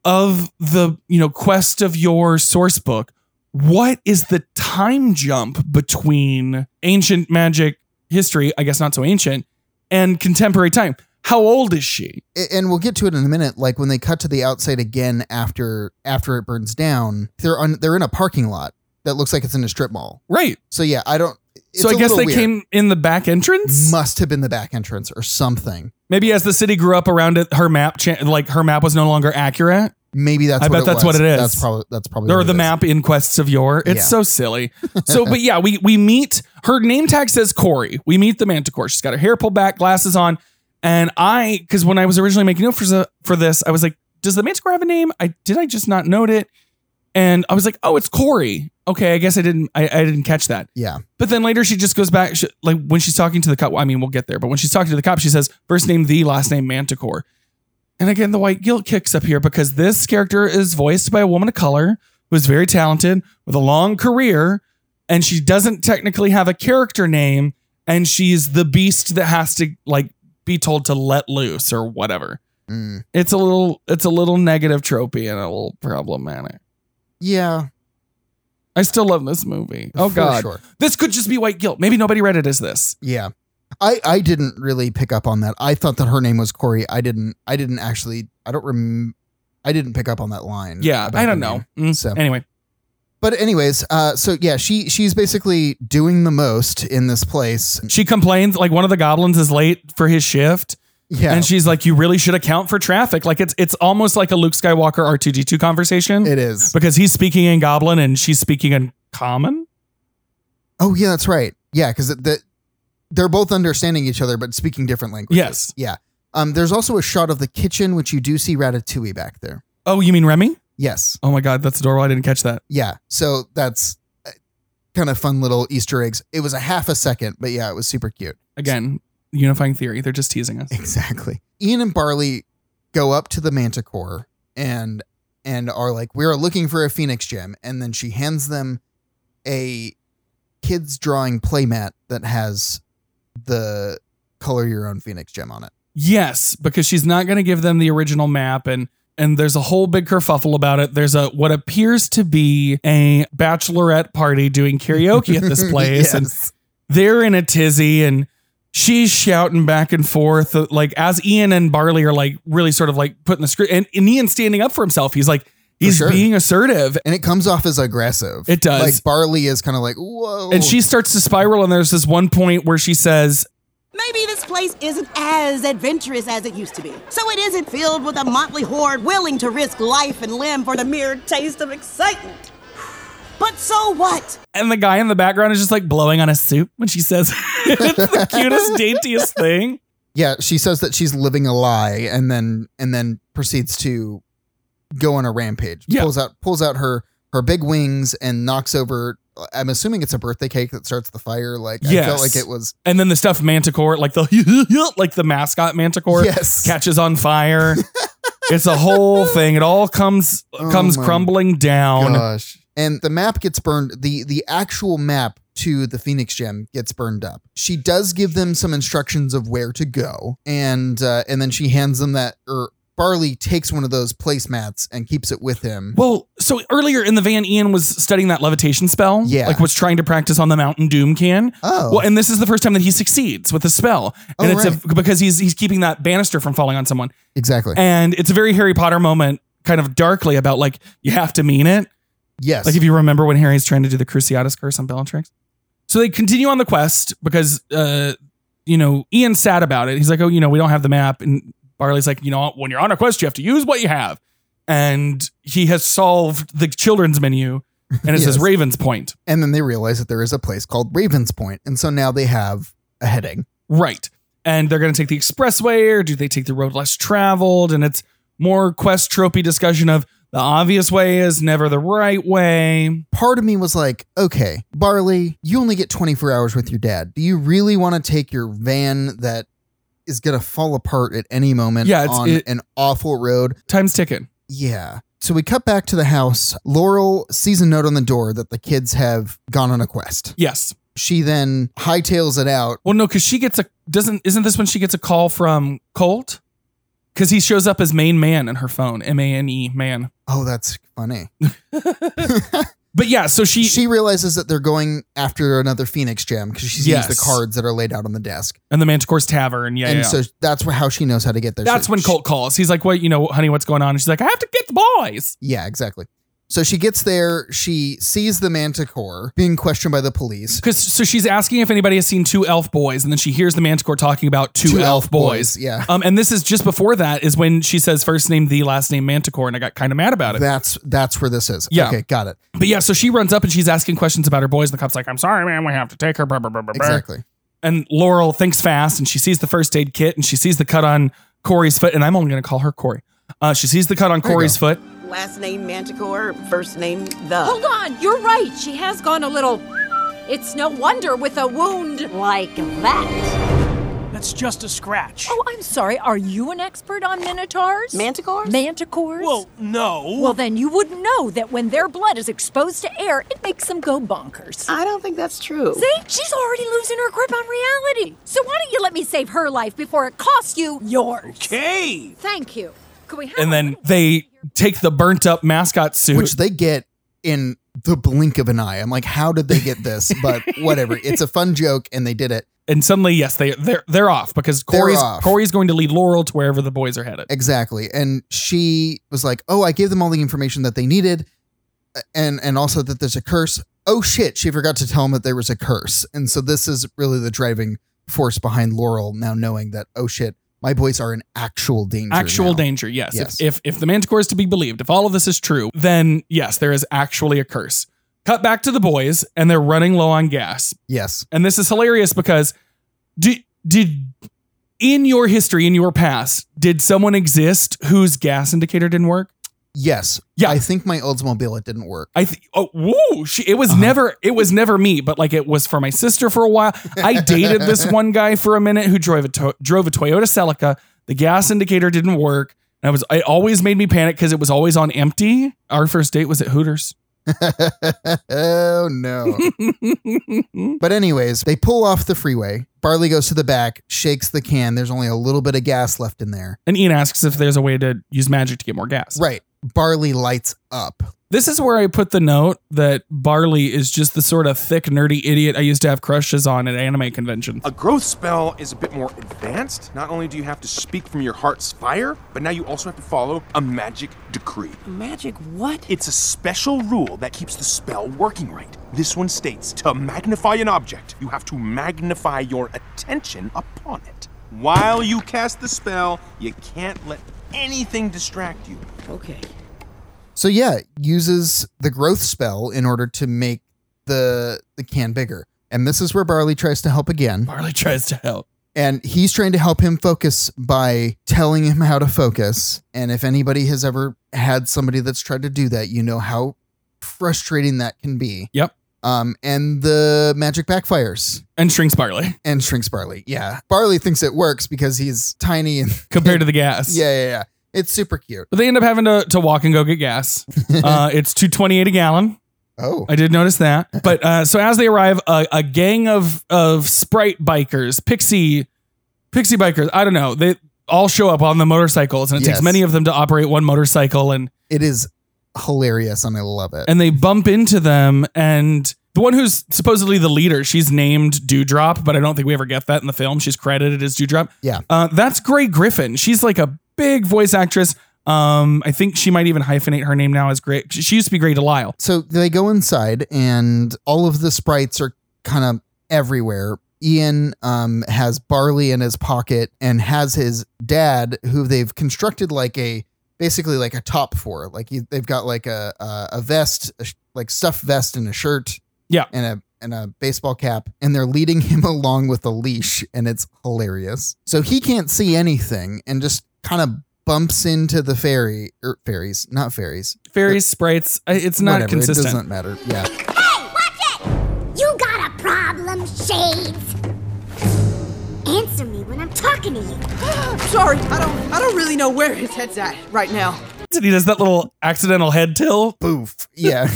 [SPEAKER 1] of the you know quest of your source book what is the time jump between ancient magic history i guess not so ancient and contemporary time how old is she
[SPEAKER 2] A- And we'll get to it in a minute. Like when they cut to the outside again after after it burns down, they're on they're in a parking lot that looks like it's in a strip mall.
[SPEAKER 1] right
[SPEAKER 2] So yeah, I don't. it's
[SPEAKER 1] so i
[SPEAKER 2] a
[SPEAKER 1] guess
[SPEAKER 2] little
[SPEAKER 1] they
[SPEAKER 2] weird.
[SPEAKER 1] came in the back entrance
[SPEAKER 2] Must have been the back entrance or something.
[SPEAKER 1] maybe as the city grew up around it her map cha- like her map was no longer accurate
[SPEAKER 2] Maybe that's.
[SPEAKER 1] I
[SPEAKER 2] what
[SPEAKER 1] bet
[SPEAKER 2] it
[SPEAKER 1] that's
[SPEAKER 2] was.
[SPEAKER 1] what it is.
[SPEAKER 2] That's probably that's probably.
[SPEAKER 1] or
[SPEAKER 2] what
[SPEAKER 1] the
[SPEAKER 2] it is.
[SPEAKER 1] map in quests of yore it's
[SPEAKER 2] Yeah.
[SPEAKER 1] so silly so but yeah we we meet her name tag says corey we meet the manticore she's got her hair pulled back glasses on and i because when i was originally making notes for, the- for this i was like does the manticore have a name i did i just not note it and i was like oh it's corey okay i guess i didn't i, I didn't catch that
[SPEAKER 2] Yeah.
[SPEAKER 1] but then later she just goes back, she, like when she's talking to the cop. I mean, we'll get there, but when she's talking to the cop, she says, first name the, last name Manticore. And again, the white guilt kicks up here because this character is voiced by a woman of color who's very talented with a long career, and she doesn't technically have a character name, and she's the beast that has to like be told to let loose or whatever.
[SPEAKER 2] Mm.
[SPEAKER 1] It's a little, it's a little negative tropey and a little problematic.
[SPEAKER 2] Yeah.
[SPEAKER 1] I still love this movie. Oh
[SPEAKER 2] for
[SPEAKER 1] God,
[SPEAKER 2] Sure.
[SPEAKER 1] this could just be white guilt. Maybe nobody read it as this.
[SPEAKER 2] Yeah. I, I didn't really pick up on that. I thought that her name was Corey. I didn't I didn't actually I don't rem I didn't pick up on that line.
[SPEAKER 1] Yeah,
[SPEAKER 2] about
[SPEAKER 1] I
[SPEAKER 2] her
[SPEAKER 1] don't
[SPEAKER 2] name.
[SPEAKER 1] know. Mm,
[SPEAKER 2] So-
[SPEAKER 1] Anyway,
[SPEAKER 2] But anyways, uh so yeah, she she's basically doing the most in this place.
[SPEAKER 1] she complains like one of the goblins is late for his shift,
[SPEAKER 2] Yeah.
[SPEAKER 1] and she's like, "You really should account for traffic." Like it's it's almost like a Luke Skywalker R two D two conversation
[SPEAKER 2] it is.
[SPEAKER 1] because he's speaking in Goblin and she's speaking in Common.
[SPEAKER 2] Oh yeah, that's right. Yeah, cuz the they're both understanding each other but speaking different languages.
[SPEAKER 1] Yes.
[SPEAKER 2] Yeah. Um there's also a shot of the kitchen which you do see Ratatouille back there.
[SPEAKER 1] Oh, you mean Remy?
[SPEAKER 2] Yes.
[SPEAKER 1] Oh my God, that's adorable. I didn't catch that.
[SPEAKER 2] yeah so that's kind of fun little easter eggs it was a half a second but yeah it was super cute
[SPEAKER 1] Again, unifying theory. They're just teasing us.
[SPEAKER 2] exactly ian and barley go up to the manticore and and are like we are looking for a phoenix gem and then she hands them a kids drawing playmat that has the color your own phoenix gem on it
[SPEAKER 1] Yes, because she's not going to give them the original map and and there's a whole big kerfuffle about it. There's a what appears to be a bachelorette party doing karaoke at this place and
[SPEAKER 2] Yes.
[SPEAKER 1] they're in a tizzy and she's shouting back and forth uh, like as Ian and Barley are like really sort of like putting the screw and, and Ian's standing up for himself. He's like he's
[SPEAKER 2] sure.
[SPEAKER 1] being assertive
[SPEAKER 2] and it comes off as aggressive
[SPEAKER 1] It does.
[SPEAKER 2] like barley is kind of like whoa
[SPEAKER 1] and she starts to spiral and there's this one point where she says
[SPEAKER 9] Maybe this place isn't as adventurous as it used to be. So it isn't filled with a motley horde willing to risk life and limb for the mere taste of excitement. But so what?
[SPEAKER 1] and the guy in the background is just like blowing on a soup when she says it. it's the cutest daintiest thing.
[SPEAKER 2] yeah she says that she's living a lie and then and then proceeds to go on a rampage
[SPEAKER 1] Yeah.
[SPEAKER 2] pulls out pulls out her her big wings and knocks over i'm assuming it's a birthday cake that starts the fire like i
[SPEAKER 1] Yes.
[SPEAKER 2] felt like it was
[SPEAKER 1] and then the stuff manticore like the like the mascot manticore
[SPEAKER 2] Yes.
[SPEAKER 1] catches on fire it's a whole thing it all comes
[SPEAKER 2] Oh
[SPEAKER 1] comes
[SPEAKER 2] my
[SPEAKER 1] crumbling down
[SPEAKER 2] gosh and the map gets burned the the actual map to the phoenix gem gets burned up she does give them some instructions of where to go and uh, and then she hands them that or barley takes one of those placemats and keeps it with him
[SPEAKER 1] well so earlier in the van ian was studying that levitation spell
[SPEAKER 2] Yeah.
[SPEAKER 1] like was trying to practice on the mountain doom can
[SPEAKER 2] Oh.
[SPEAKER 1] well and this is the first time that he succeeds with the spell and
[SPEAKER 2] Oh,
[SPEAKER 1] it's a, because he's he's keeping that banister from falling on someone
[SPEAKER 2] exactly
[SPEAKER 1] and it's a very harry potter moment kind of darkly about like you have to mean it
[SPEAKER 2] yes
[SPEAKER 1] Like if you remember when Harry's trying to do the Cruciatus curse on Bellatrix. So they continue on the quest because uh, you know, Ian's sad about it. He's like, Oh, you know, we don't have the map. And Barley's like, you know, when you're on a quest, you have to use what you have. And he has solved the children's menu and it says
[SPEAKER 2] Yes.
[SPEAKER 1] Raven's Point.
[SPEAKER 2] And then they realize that there is a place called Raven's Point, and so now they have a heading.
[SPEAKER 1] Right. And they're gonna take the expressway, or do they take the road less traveled? And it's more quest tropey discussion of the obvious way is never the right way.
[SPEAKER 2] Part of me was like, okay, Barley, you only get 24 hours with your dad. Do you really want to take your van that is going to fall apart at any moment
[SPEAKER 1] Yeah, it's-
[SPEAKER 2] on
[SPEAKER 1] it-
[SPEAKER 2] an awful road?
[SPEAKER 1] Time's ticking.
[SPEAKER 2] Yeah. So we cut back to the house. Laurel sees a note on the door that the kids have gone on a quest.
[SPEAKER 1] Yes.
[SPEAKER 2] She then hightails it out.
[SPEAKER 1] Well, no, because she gets a doesn't isn't this when she gets a call from Colt? Because he shows up as main man in her phone, M A N E man.
[SPEAKER 2] Oh, that's funny.
[SPEAKER 1] But yeah, so she,
[SPEAKER 2] She realizes that they're going after another Phoenix gem because she sees
[SPEAKER 1] Yes.
[SPEAKER 2] the cards that are laid out on the desk.
[SPEAKER 1] and the Manticore's Tavern. Yeah,
[SPEAKER 2] and
[SPEAKER 1] yeah.
[SPEAKER 2] so that's wh- how she knows how to get there.
[SPEAKER 1] that's
[SPEAKER 2] So
[SPEAKER 1] when
[SPEAKER 2] she-
[SPEAKER 1] Colt calls. He's like, "What, you know, honey, what's going on?" And she's like, "I have to get the boys."
[SPEAKER 2] Yeah, exactly. So she gets there. She sees the manticore being questioned by the police.
[SPEAKER 1] Because so she's asking if anybody has seen two elf boys, and then she hears the Manticore talking about two,
[SPEAKER 2] Two
[SPEAKER 1] elf,
[SPEAKER 2] elf
[SPEAKER 1] boys.
[SPEAKER 2] boys, yeah.
[SPEAKER 1] Um, and this is just before that is when she says first name the last name Manticore, and I got kind of mad about it.
[SPEAKER 2] That's that's where this is.
[SPEAKER 1] Yeah.
[SPEAKER 2] Okay, got it.
[SPEAKER 1] but yeah, so she runs up and she's asking questions about her boys, and the cop's like, "I'm sorry, man, we have to take her." Blah, blah, blah, blah, blah."
[SPEAKER 2] Exactly.
[SPEAKER 1] And Laurel thinks fast, and she sees the first aid kit, and she sees the cut on Corey's foot, and I'm only going to call her Corey. Uh, she sees the cut on
[SPEAKER 2] you
[SPEAKER 1] Corey's
[SPEAKER 2] go.
[SPEAKER 1] foot.
[SPEAKER 9] Last name Manticore, first name
[SPEAKER 4] Hold
[SPEAKER 9] The.
[SPEAKER 4] on, you're right. She has gone a little. It's no wonder with a wound.
[SPEAKER 8] Like that.
[SPEAKER 5] That's just a scratch.
[SPEAKER 4] Oh, I'm sorry. Are you an expert on minotaurs?
[SPEAKER 9] Manticores?
[SPEAKER 4] Manticores?
[SPEAKER 5] Well, no.
[SPEAKER 4] Well, then you would know that when their blood is exposed to air, it makes them go bonkers.
[SPEAKER 9] I don't think that's true.
[SPEAKER 4] See? She's already losing her grip on reality. So why don't you let me save her life before it costs you yours?
[SPEAKER 5] okay.
[SPEAKER 4] Thank you. Could we have
[SPEAKER 1] and
[SPEAKER 4] a
[SPEAKER 1] then
[SPEAKER 4] little-
[SPEAKER 1] they take the burnt up mascot suit.
[SPEAKER 2] Which they get in the blink of an eye. I'm like, how did they get this? But whatever. It's a fun joke and they did it.
[SPEAKER 1] and suddenly, yes, they they're they're off because
[SPEAKER 2] They're
[SPEAKER 1] Corey's
[SPEAKER 2] off.
[SPEAKER 1] Corey's going to lead Laurel to wherever the boys are headed.
[SPEAKER 2] Exactly. And she was like, "Oh, I gave them all the information that they needed, and and also that there's a curse. Oh shit, she forgot to tell them that there was a curse. And so this is really the driving force behind Laurel now knowing that oh shit, my boys are in actual danger.
[SPEAKER 1] Actual
[SPEAKER 2] now.
[SPEAKER 1] danger, yes.
[SPEAKER 2] Yes.
[SPEAKER 1] If, if if the Manticore is to be believed, if all of this is true, then yes, there is actually a curse. Cut back to the boys, and they're running low on gas.
[SPEAKER 2] Yes.
[SPEAKER 1] And this is hilarious because did did in your history, in your past, did someone exist whose gas indicator didn't work?
[SPEAKER 2] Yes.
[SPEAKER 1] Yeah.
[SPEAKER 2] I think my Oldsmobile it didn't work.
[SPEAKER 1] I think oh woo she it was never it was never me but like it was for my sister for a while. I dated this one guy for a minute who drove a to- drove a Toyota Celica. The gas indicator didn't work. And I was it always made me panic because it was always on empty. Our first date was at Hooters.
[SPEAKER 2] oh no. but anyways, they pull off the freeway. Barley goes to the back, shakes the can. There's only a little bit of gas left in there.
[SPEAKER 1] And Ian asks if there's a way to use magic to get more gas.
[SPEAKER 2] Right. Barley lights up.
[SPEAKER 1] This is where I put the note that Barley is just the sort of thick, nerdy idiot I used to have crushes on at anime conventions.
[SPEAKER 7] A growth spell is a bit more advanced. Not only do you have to speak from your heart's fire, but now you also have to follow a magic decree.
[SPEAKER 5] Magic what?
[SPEAKER 7] It's a special rule that keeps the spell working right. This one states to magnify an object, you have to magnify your attention upon it. While you cast the spell, you can't let anything distract you.
[SPEAKER 5] Okay.
[SPEAKER 2] So yeah, uses the growth spell in order to make the the can bigger. And this is where Barley tries to help again.
[SPEAKER 1] Barley tries to help.
[SPEAKER 2] And he's trying to help him focus by telling him how to focus. And if anybody has ever had somebody that's tried to do that, you know how frustrating that can be.
[SPEAKER 1] Yep.
[SPEAKER 2] Um, and the magic backfires
[SPEAKER 1] And shrinks Barley
[SPEAKER 2] and shrinks Barley. Yeah. Barley thinks it works because he's tiny and
[SPEAKER 1] compared to the gas.
[SPEAKER 2] yeah, yeah, yeah. It's super cute.
[SPEAKER 1] But they end up having to, to walk and go get gas. Uh, it's two twenty eight a gallon.
[SPEAKER 2] Oh.
[SPEAKER 1] I did notice that. But uh, so as they arrive, a, a gang of of sprite bikers, pixie pixie bikers. I don't know. They all show up on the motorcycles, and it takes
[SPEAKER 2] Yes.
[SPEAKER 1] many of them to operate one motorcycle, and
[SPEAKER 2] It is hilarious and I love it.
[SPEAKER 1] and they bump into them and. The one who's supposedly the leader, she's named Dewdrop, but I don't think we ever get that in the film. She's credited as Dewdrop.
[SPEAKER 2] Yeah.
[SPEAKER 1] Uh, that's Gray Griffin. She's like a big voice actress. Um, I think she might even hyphenate her name now as Gray. She used to be Gray Delisle.
[SPEAKER 2] So they go inside, and all of the sprites are kind of everywhere. Ian um, has barley in his pocket and has his dad, who they've constructed like a basically like a top for. Like he, they've got like a a, a vest, a sh- like stuffed vest and a shirt,
[SPEAKER 1] Yeah.
[SPEAKER 2] and a and a baseball cap, and they're leading him along with a leash, and it's hilarious. So he can't see anything, and just kind of bumps into the fairy, er, fairies, not fairies.
[SPEAKER 1] Fairies, sprites, I- it's not
[SPEAKER 2] Whatever, It
[SPEAKER 1] consistent.
[SPEAKER 2] doesn't matter. Yeah.
[SPEAKER 10] Hey, watch it! You got a problem, Shades? Answer me when I'm talking to you.
[SPEAKER 5] Sorry, I don't I don't really know where his head's at right now.
[SPEAKER 1] and he does that little accidental head tilt.
[SPEAKER 2] Boof. Yeah.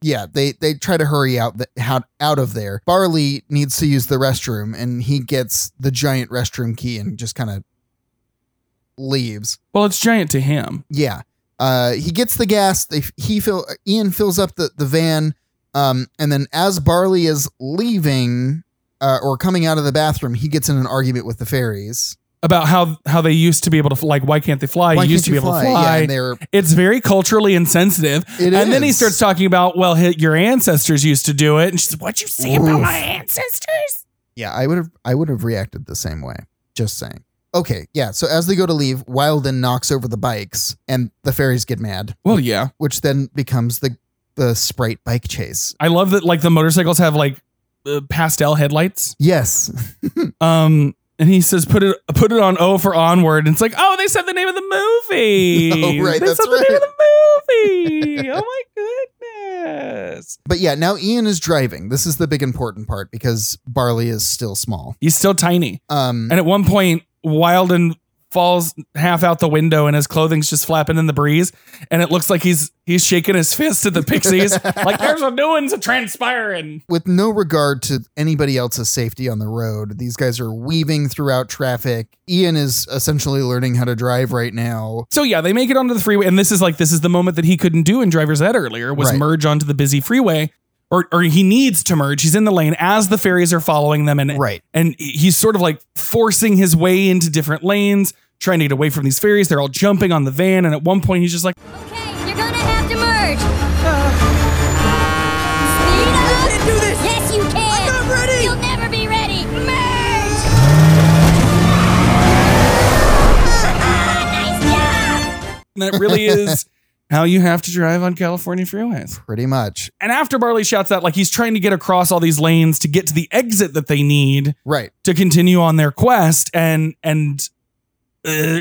[SPEAKER 2] yeah, they they try to hurry out the, out out of there. Barley needs to use the restroom, and he gets the giant restroom key and just kind of leaves.
[SPEAKER 1] Well, it's giant to him.
[SPEAKER 2] Yeah, uh, he gets the gas. They he fill Ian fills up the the van, um, and then as Barley is leaving uh, or coming out of the bathroom, he gets in an argument with the fairies.
[SPEAKER 1] About how how they used to be able to like why can't they fly?
[SPEAKER 2] Why
[SPEAKER 1] you used
[SPEAKER 2] can't
[SPEAKER 1] to
[SPEAKER 2] you
[SPEAKER 1] be able to
[SPEAKER 2] fly? Yeah,
[SPEAKER 1] fly.
[SPEAKER 2] and they're-
[SPEAKER 1] it's very culturally insensitive.
[SPEAKER 2] It
[SPEAKER 1] and then he
[SPEAKER 2] is.
[SPEAKER 1] starts talking about well, hi- your ancestors used to do it, and she's like, "What'd you say about
[SPEAKER 2] Oof.
[SPEAKER 1] my ancestors?"
[SPEAKER 2] Yeah, I would have I would have reacted the same way. Just saying. Okay, yeah. So as they go to leave, Wilden knocks over the bikes, and the fairies get mad,
[SPEAKER 1] Well, yeah,
[SPEAKER 2] which then becomes the the sprite bike chase.
[SPEAKER 1] I love that. Like the motorcycles have like uh, pastel headlights.
[SPEAKER 2] Yes,
[SPEAKER 1] Um, and he says, "Put it, put it on O for onward." And it's like, oh, they said the name of the movie.
[SPEAKER 2] Oh, right,
[SPEAKER 1] they
[SPEAKER 2] that's
[SPEAKER 1] said the name of the movie. oh my goodness!
[SPEAKER 2] but yeah. Now Ian is driving. This is the big important part because Barley is still small.
[SPEAKER 1] He's still tiny.
[SPEAKER 2] Um,
[SPEAKER 1] And at one point, Wilden falls half out the window, and his clothing's just flapping in the breeze, and it looks like he's he's shaking his fist at the pixies, like there's a new one's a transpiring.
[SPEAKER 2] with no regard to anybody else's safety on the road. These guys are weaving throughout traffic. Ian is essentially learning how to drive right now.
[SPEAKER 1] So yeah, they make it onto the freeway, and this is like this is the moment that he couldn't do in driver's ed earlier was
[SPEAKER 2] Right.
[SPEAKER 1] merge onto the busy freeway, or or he needs to merge. He's in the lane as the ferries are following them, and
[SPEAKER 2] Right.
[SPEAKER 1] and he's sort of like forcing his way into different lanes, trying to get away from these ferries. They're all jumping on the van, and at one point he's just like,
[SPEAKER 10] Okay, you're gonna have to merge. Speed up. I can't do this. Yes, you can. I'm not ready. You'll never be ready. Merge. Ah, nice job.
[SPEAKER 1] and "That really is." How you have to drive on California freeways.
[SPEAKER 2] Pretty much.
[SPEAKER 1] And after Barley shouts out, like he's trying to get across all these lanes to get to the exit that they need,
[SPEAKER 2] Right.
[SPEAKER 1] to continue on their quest and and uh,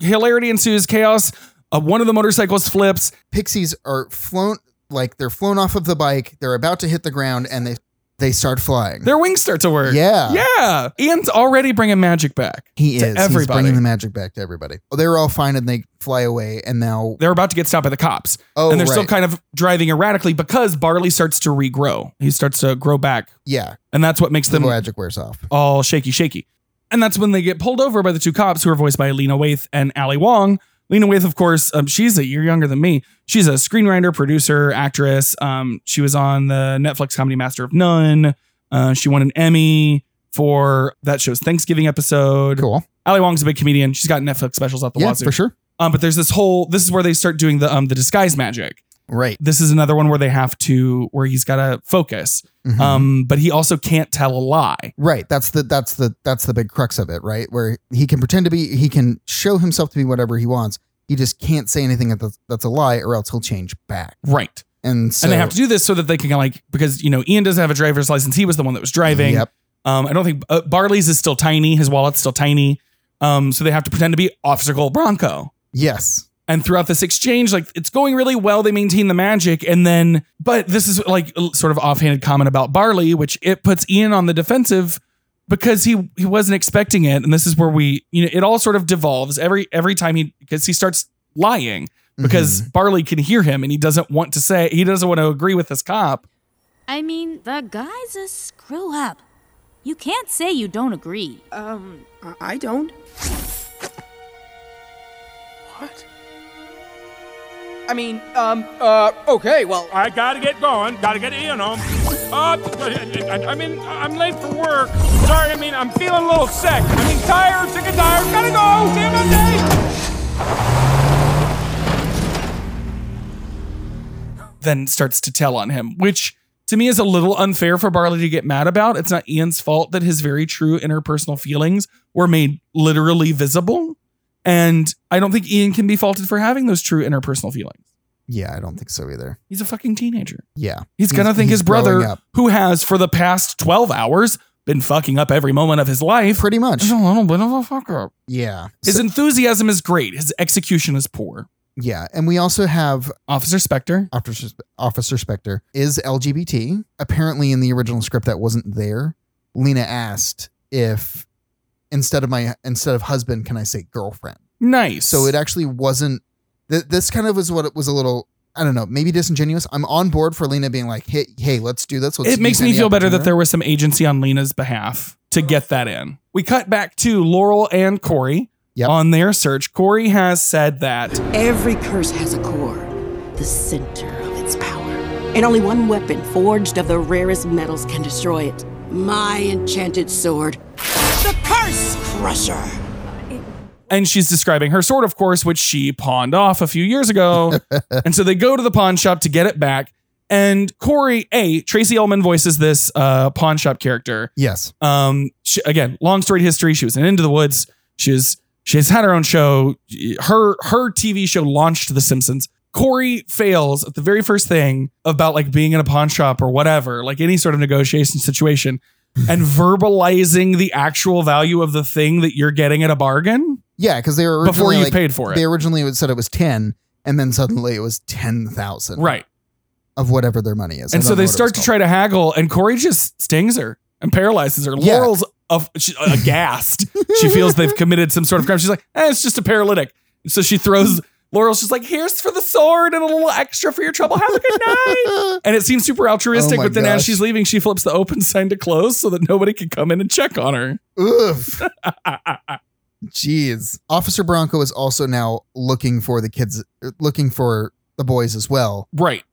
[SPEAKER 1] hilarity ensues chaos uh, one of the motorcycles flips
[SPEAKER 2] pixies are flown like they're flown off of the bike they're about to hit the ground and they they start flying
[SPEAKER 1] their wings start to work
[SPEAKER 2] Yeah.
[SPEAKER 1] yeah ian's already bringing magic back
[SPEAKER 2] he
[SPEAKER 1] to
[SPEAKER 2] is he's
[SPEAKER 1] everybody.
[SPEAKER 2] bringing the magic back to everybody they're all fine and they fly away and now
[SPEAKER 1] they're about to get stopped by the cops
[SPEAKER 2] Oh,
[SPEAKER 1] and they're still
[SPEAKER 2] right.
[SPEAKER 1] kind of driving erratically because barley starts to regrow he starts to grow back
[SPEAKER 2] yeah
[SPEAKER 1] and that's what makes
[SPEAKER 2] the
[SPEAKER 1] them
[SPEAKER 2] magic wears off
[SPEAKER 1] all shaky shaky and that's when they get pulled over by the two cops who are voiced by lena waith and ali wong lena waith of course um, she's a year younger than me she's a screenwriter producer actress um, she was on the netflix comedy master of none uh, she won an emmy for that show's thanksgiving episode
[SPEAKER 2] cool
[SPEAKER 1] ali wong's a big comedian she's got netflix specials out the
[SPEAKER 2] yeah
[SPEAKER 1] wazoo
[SPEAKER 2] for sure
[SPEAKER 1] um, but there's this whole this is where they start doing the um, the disguise magic
[SPEAKER 2] right
[SPEAKER 1] this is another one where they have to where he's got to focus
[SPEAKER 2] Mhm.
[SPEAKER 1] um, but he also can't tell a lie
[SPEAKER 2] right that's the that's the that's the big crux of it right where he can pretend to be he can show himself to be whatever he wants he just can't say anything that's, that's a lie or else he'll change back
[SPEAKER 1] right
[SPEAKER 2] and so
[SPEAKER 1] and they have to do this so that they can like because you know Ian doesn't have a driver's license. He was the one that was driving.
[SPEAKER 2] Yep.
[SPEAKER 1] Um, I don't think uh, Barley's is still tiny. His wallet's still tiny. Um, so they have to pretend to be Officer Gold Bronco.
[SPEAKER 2] yes
[SPEAKER 1] And throughout this exchange, like it's going really well. They maintain the magic, and then but this is like a sort of offhanded comment about Barley, which it puts Ian on the defensive because he he wasn't expecting it. And this is where we you know it all sort of devolves every every time he because he starts lying because Barley can hear him and he doesn't want to say he doesn't want to agree with this cop.
[SPEAKER 11] I mean, the guy's a screw up. You can't say you don't agree.
[SPEAKER 5] Um, I- I don't.
[SPEAKER 7] What?
[SPEAKER 5] I mean, um, uh, okay, well,
[SPEAKER 6] I gotta get going. Gotta get Ian home. Uh, I, I mean, I'm late for work. Sorry, I mean, I'm feeling a little sick. I mean, tired, sick and tired. Gotta go. See you Monday.
[SPEAKER 1] then starts to tell on him, which to me is a little unfair for Barley to get mad about. It's not Ian's fault that his very true interpersonal feelings were made literally visible. And I don't think Ian can be faulted for having those true interpersonal feelings.
[SPEAKER 2] yeah i don't think so either
[SPEAKER 1] He's a fucking teenager.
[SPEAKER 2] yeah
[SPEAKER 1] He's gonna think his
[SPEAKER 2] growing
[SPEAKER 1] brother,
[SPEAKER 2] up.
[SPEAKER 1] who has for the past 12 hours been fucking up every moment of his life,
[SPEAKER 2] pretty much
[SPEAKER 1] is a little bit of a fucker. up.
[SPEAKER 2] yeah
[SPEAKER 1] His enthusiasm is great, his execution is poor.
[SPEAKER 2] Yeah, and we also have
[SPEAKER 1] Officer Spectre,
[SPEAKER 2] Officer, Officer Specter is LGBT. Apparently, in the original script, that wasn't there. Lena asked if instead of my instead of husband, can I say girlfriend?
[SPEAKER 1] nice.
[SPEAKER 2] So it actually wasn't Th- this kind of was what it was a little. I don't know, maybe disingenuous. I'm on board for Lena being like, "Hey, hey, let's do this." Let's
[SPEAKER 1] it makes
[SPEAKER 2] use
[SPEAKER 1] me
[SPEAKER 2] any
[SPEAKER 1] feel better that
[SPEAKER 2] opportunity."
[SPEAKER 1] there was some agency on Lena's behalf to get that in. We cut back to Laurel and Corey on their search. Corey has said that
[SPEAKER 9] Every curse has a core, the center of its power. And only one weapon forged of the rarest metals can destroy it. My enchanted sword, the Curse Crusher.
[SPEAKER 1] and she's describing her sword, of course, which she pawned off a few years ago. and so they go to the pawn shop to get it back. And Corey, a Tracy Ullman voices this uh, pawn shop character.
[SPEAKER 2] Yes.
[SPEAKER 1] Um. She, again, long story history. She was in Into the Woods. She was. She has had her own show. Her her TV show launched The Simpsons. Corey fails at the very first thing about like being in a pawn shop or whatever, like any sort of negotiation situation, and verbalizing the actual value of the thing that you're getting at a bargain.
[SPEAKER 2] Yeah, because they were
[SPEAKER 1] Before
[SPEAKER 2] originally,
[SPEAKER 1] you
[SPEAKER 2] like-
[SPEAKER 1] paid for it.
[SPEAKER 2] They originally would- said it was ten, and then suddenly it was ten thousand.
[SPEAKER 1] Right.
[SPEAKER 2] Of whatever their money is, I
[SPEAKER 1] and so
[SPEAKER 2] don't know
[SPEAKER 1] they
[SPEAKER 2] what it
[SPEAKER 1] start to try to haggle, and Corey just stings her and paralyzes her.
[SPEAKER 2] Yeah.
[SPEAKER 1] Laurel's af- she- aghast. she feels they've committed some sort of crime. She's like, eh, it's just a paralytic. And so she throws. Laurel's just like, here's for the sword and a little extra for your trouble. Have a good night. and it seems super altruistic,
[SPEAKER 2] Oh my
[SPEAKER 1] but then as
[SPEAKER 2] gosh.
[SPEAKER 1] she's leaving, she flips the open sign to close so that nobody can come in and check on her.
[SPEAKER 2] Oof. Jeez. Officer Bronco is also now looking for the kids, uh, looking for the boys as well. Uh,
[SPEAKER 1] Right.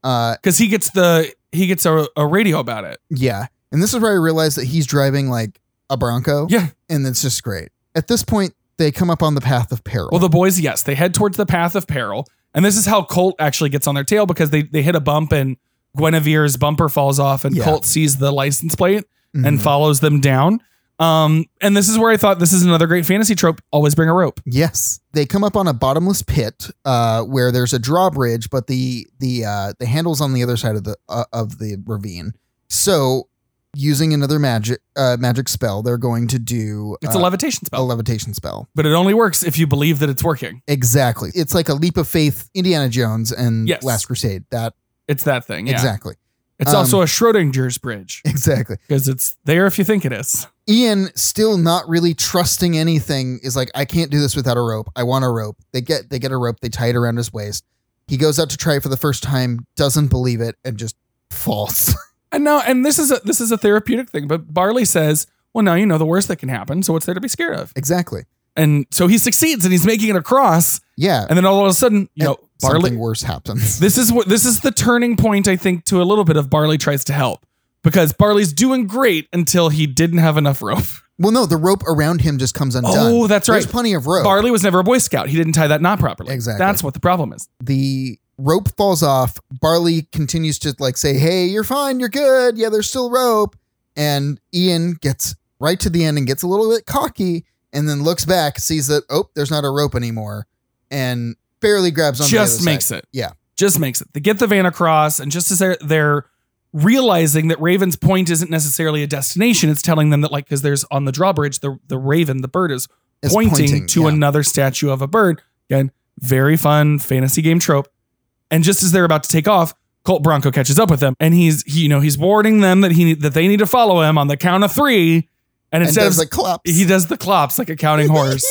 [SPEAKER 1] Because he gets the he gets a, a radio about it.
[SPEAKER 2] Yeah. And this is where I realized that he's driving like a Bronco.
[SPEAKER 1] Yeah.
[SPEAKER 2] And it's just great. At this point, they come up on the path of peril.
[SPEAKER 1] Well, the boys, yes, they head towards the path of peril. And this is how Colt actually gets on their tail because they, they hit a bump and Guinevere's bumper falls off and
[SPEAKER 2] Yeah.
[SPEAKER 1] Colt sees the license plate
[SPEAKER 2] Mhm.
[SPEAKER 1] and follows them down. Um, and this is where I thought this is another great fantasy trope. Always bring a rope.
[SPEAKER 2] Yes, they come up on a bottomless pit uh, where there's a drawbridge, but the the uh, the handle's on the other side of the uh, of the ravine. So, using another magic uh, magic spell, they're going to do
[SPEAKER 1] It's a
[SPEAKER 2] uh,
[SPEAKER 1] levitation spell.
[SPEAKER 2] A levitation spell,
[SPEAKER 1] But it only works if you believe that it's working.
[SPEAKER 2] exactly. It's like a leap of faith, Indiana Jones and
[SPEAKER 1] Yes.
[SPEAKER 2] Last Crusade. That
[SPEAKER 1] It's that thing. yeah.
[SPEAKER 2] exactly.
[SPEAKER 1] It's
[SPEAKER 2] Um,
[SPEAKER 1] also a Schrodinger's bridge
[SPEAKER 2] exactly.
[SPEAKER 1] because it's there if you think it is.
[SPEAKER 2] Ian still not really trusting anything is like I can't do this without a rope. I want a rope. They get they get a rope. They tie it around his waist. He goes out to try it for the first time, doesn't believe it, and just falls.
[SPEAKER 1] And now, and this is a, this is a therapeutic thing. But Barley says, "Well, now you know the worst that can happen. So what's there to be scared of?"
[SPEAKER 2] exactly.
[SPEAKER 1] And so he succeeds, and he's making it across.
[SPEAKER 2] Yeah.
[SPEAKER 1] And then all of a sudden, you know,
[SPEAKER 2] Something
[SPEAKER 1] Barley.
[SPEAKER 2] worse happens.
[SPEAKER 1] This is what this is the turning point, I think, to a little bit of Barley tries to help because Barley's doing great until he didn't have enough rope.
[SPEAKER 2] Well, no, the rope around him just comes undone.
[SPEAKER 1] Oh, that's right.
[SPEAKER 2] There's plenty of rope.
[SPEAKER 1] Barley was never a Boy Scout. He didn't tie that knot properly.
[SPEAKER 2] Exactly.
[SPEAKER 1] That's what the problem is.
[SPEAKER 2] the rope falls off. Barley continues to like say, "Hey, you're fine. You're good. Yeah, there's still rope." And Ian gets right to the end and gets a little bit cocky, and then looks back, sees that oh, there's not a rope anymore, and barely grabs on.
[SPEAKER 1] Just makes it.
[SPEAKER 2] Yeah,
[SPEAKER 1] Just makes it. They get the van across, and just as they're they're realizing that Raven's Point isn't necessarily a destination, it's telling them that like because there's on the drawbridge, the the Raven, the bird is
[SPEAKER 2] Is
[SPEAKER 1] pointing,
[SPEAKER 2] pointing,
[SPEAKER 1] to
[SPEAKER 2] yeah.
[SPEAKER 1] another statue of a bird. Again, very fun fantasy game trope. And just as they're about to take off, Colt Bronco catches up with them, and he's he, you know he's warning them that he that they need to follow him on the count of three. And
[SPEAKER 2] And
[SPEAKER 1] instead
[SPEAKER 2] does
[SPEAKER 1] of
[SPEAKER 2] the clops.
[SPEAKER 1] he does the clops like a counting horse.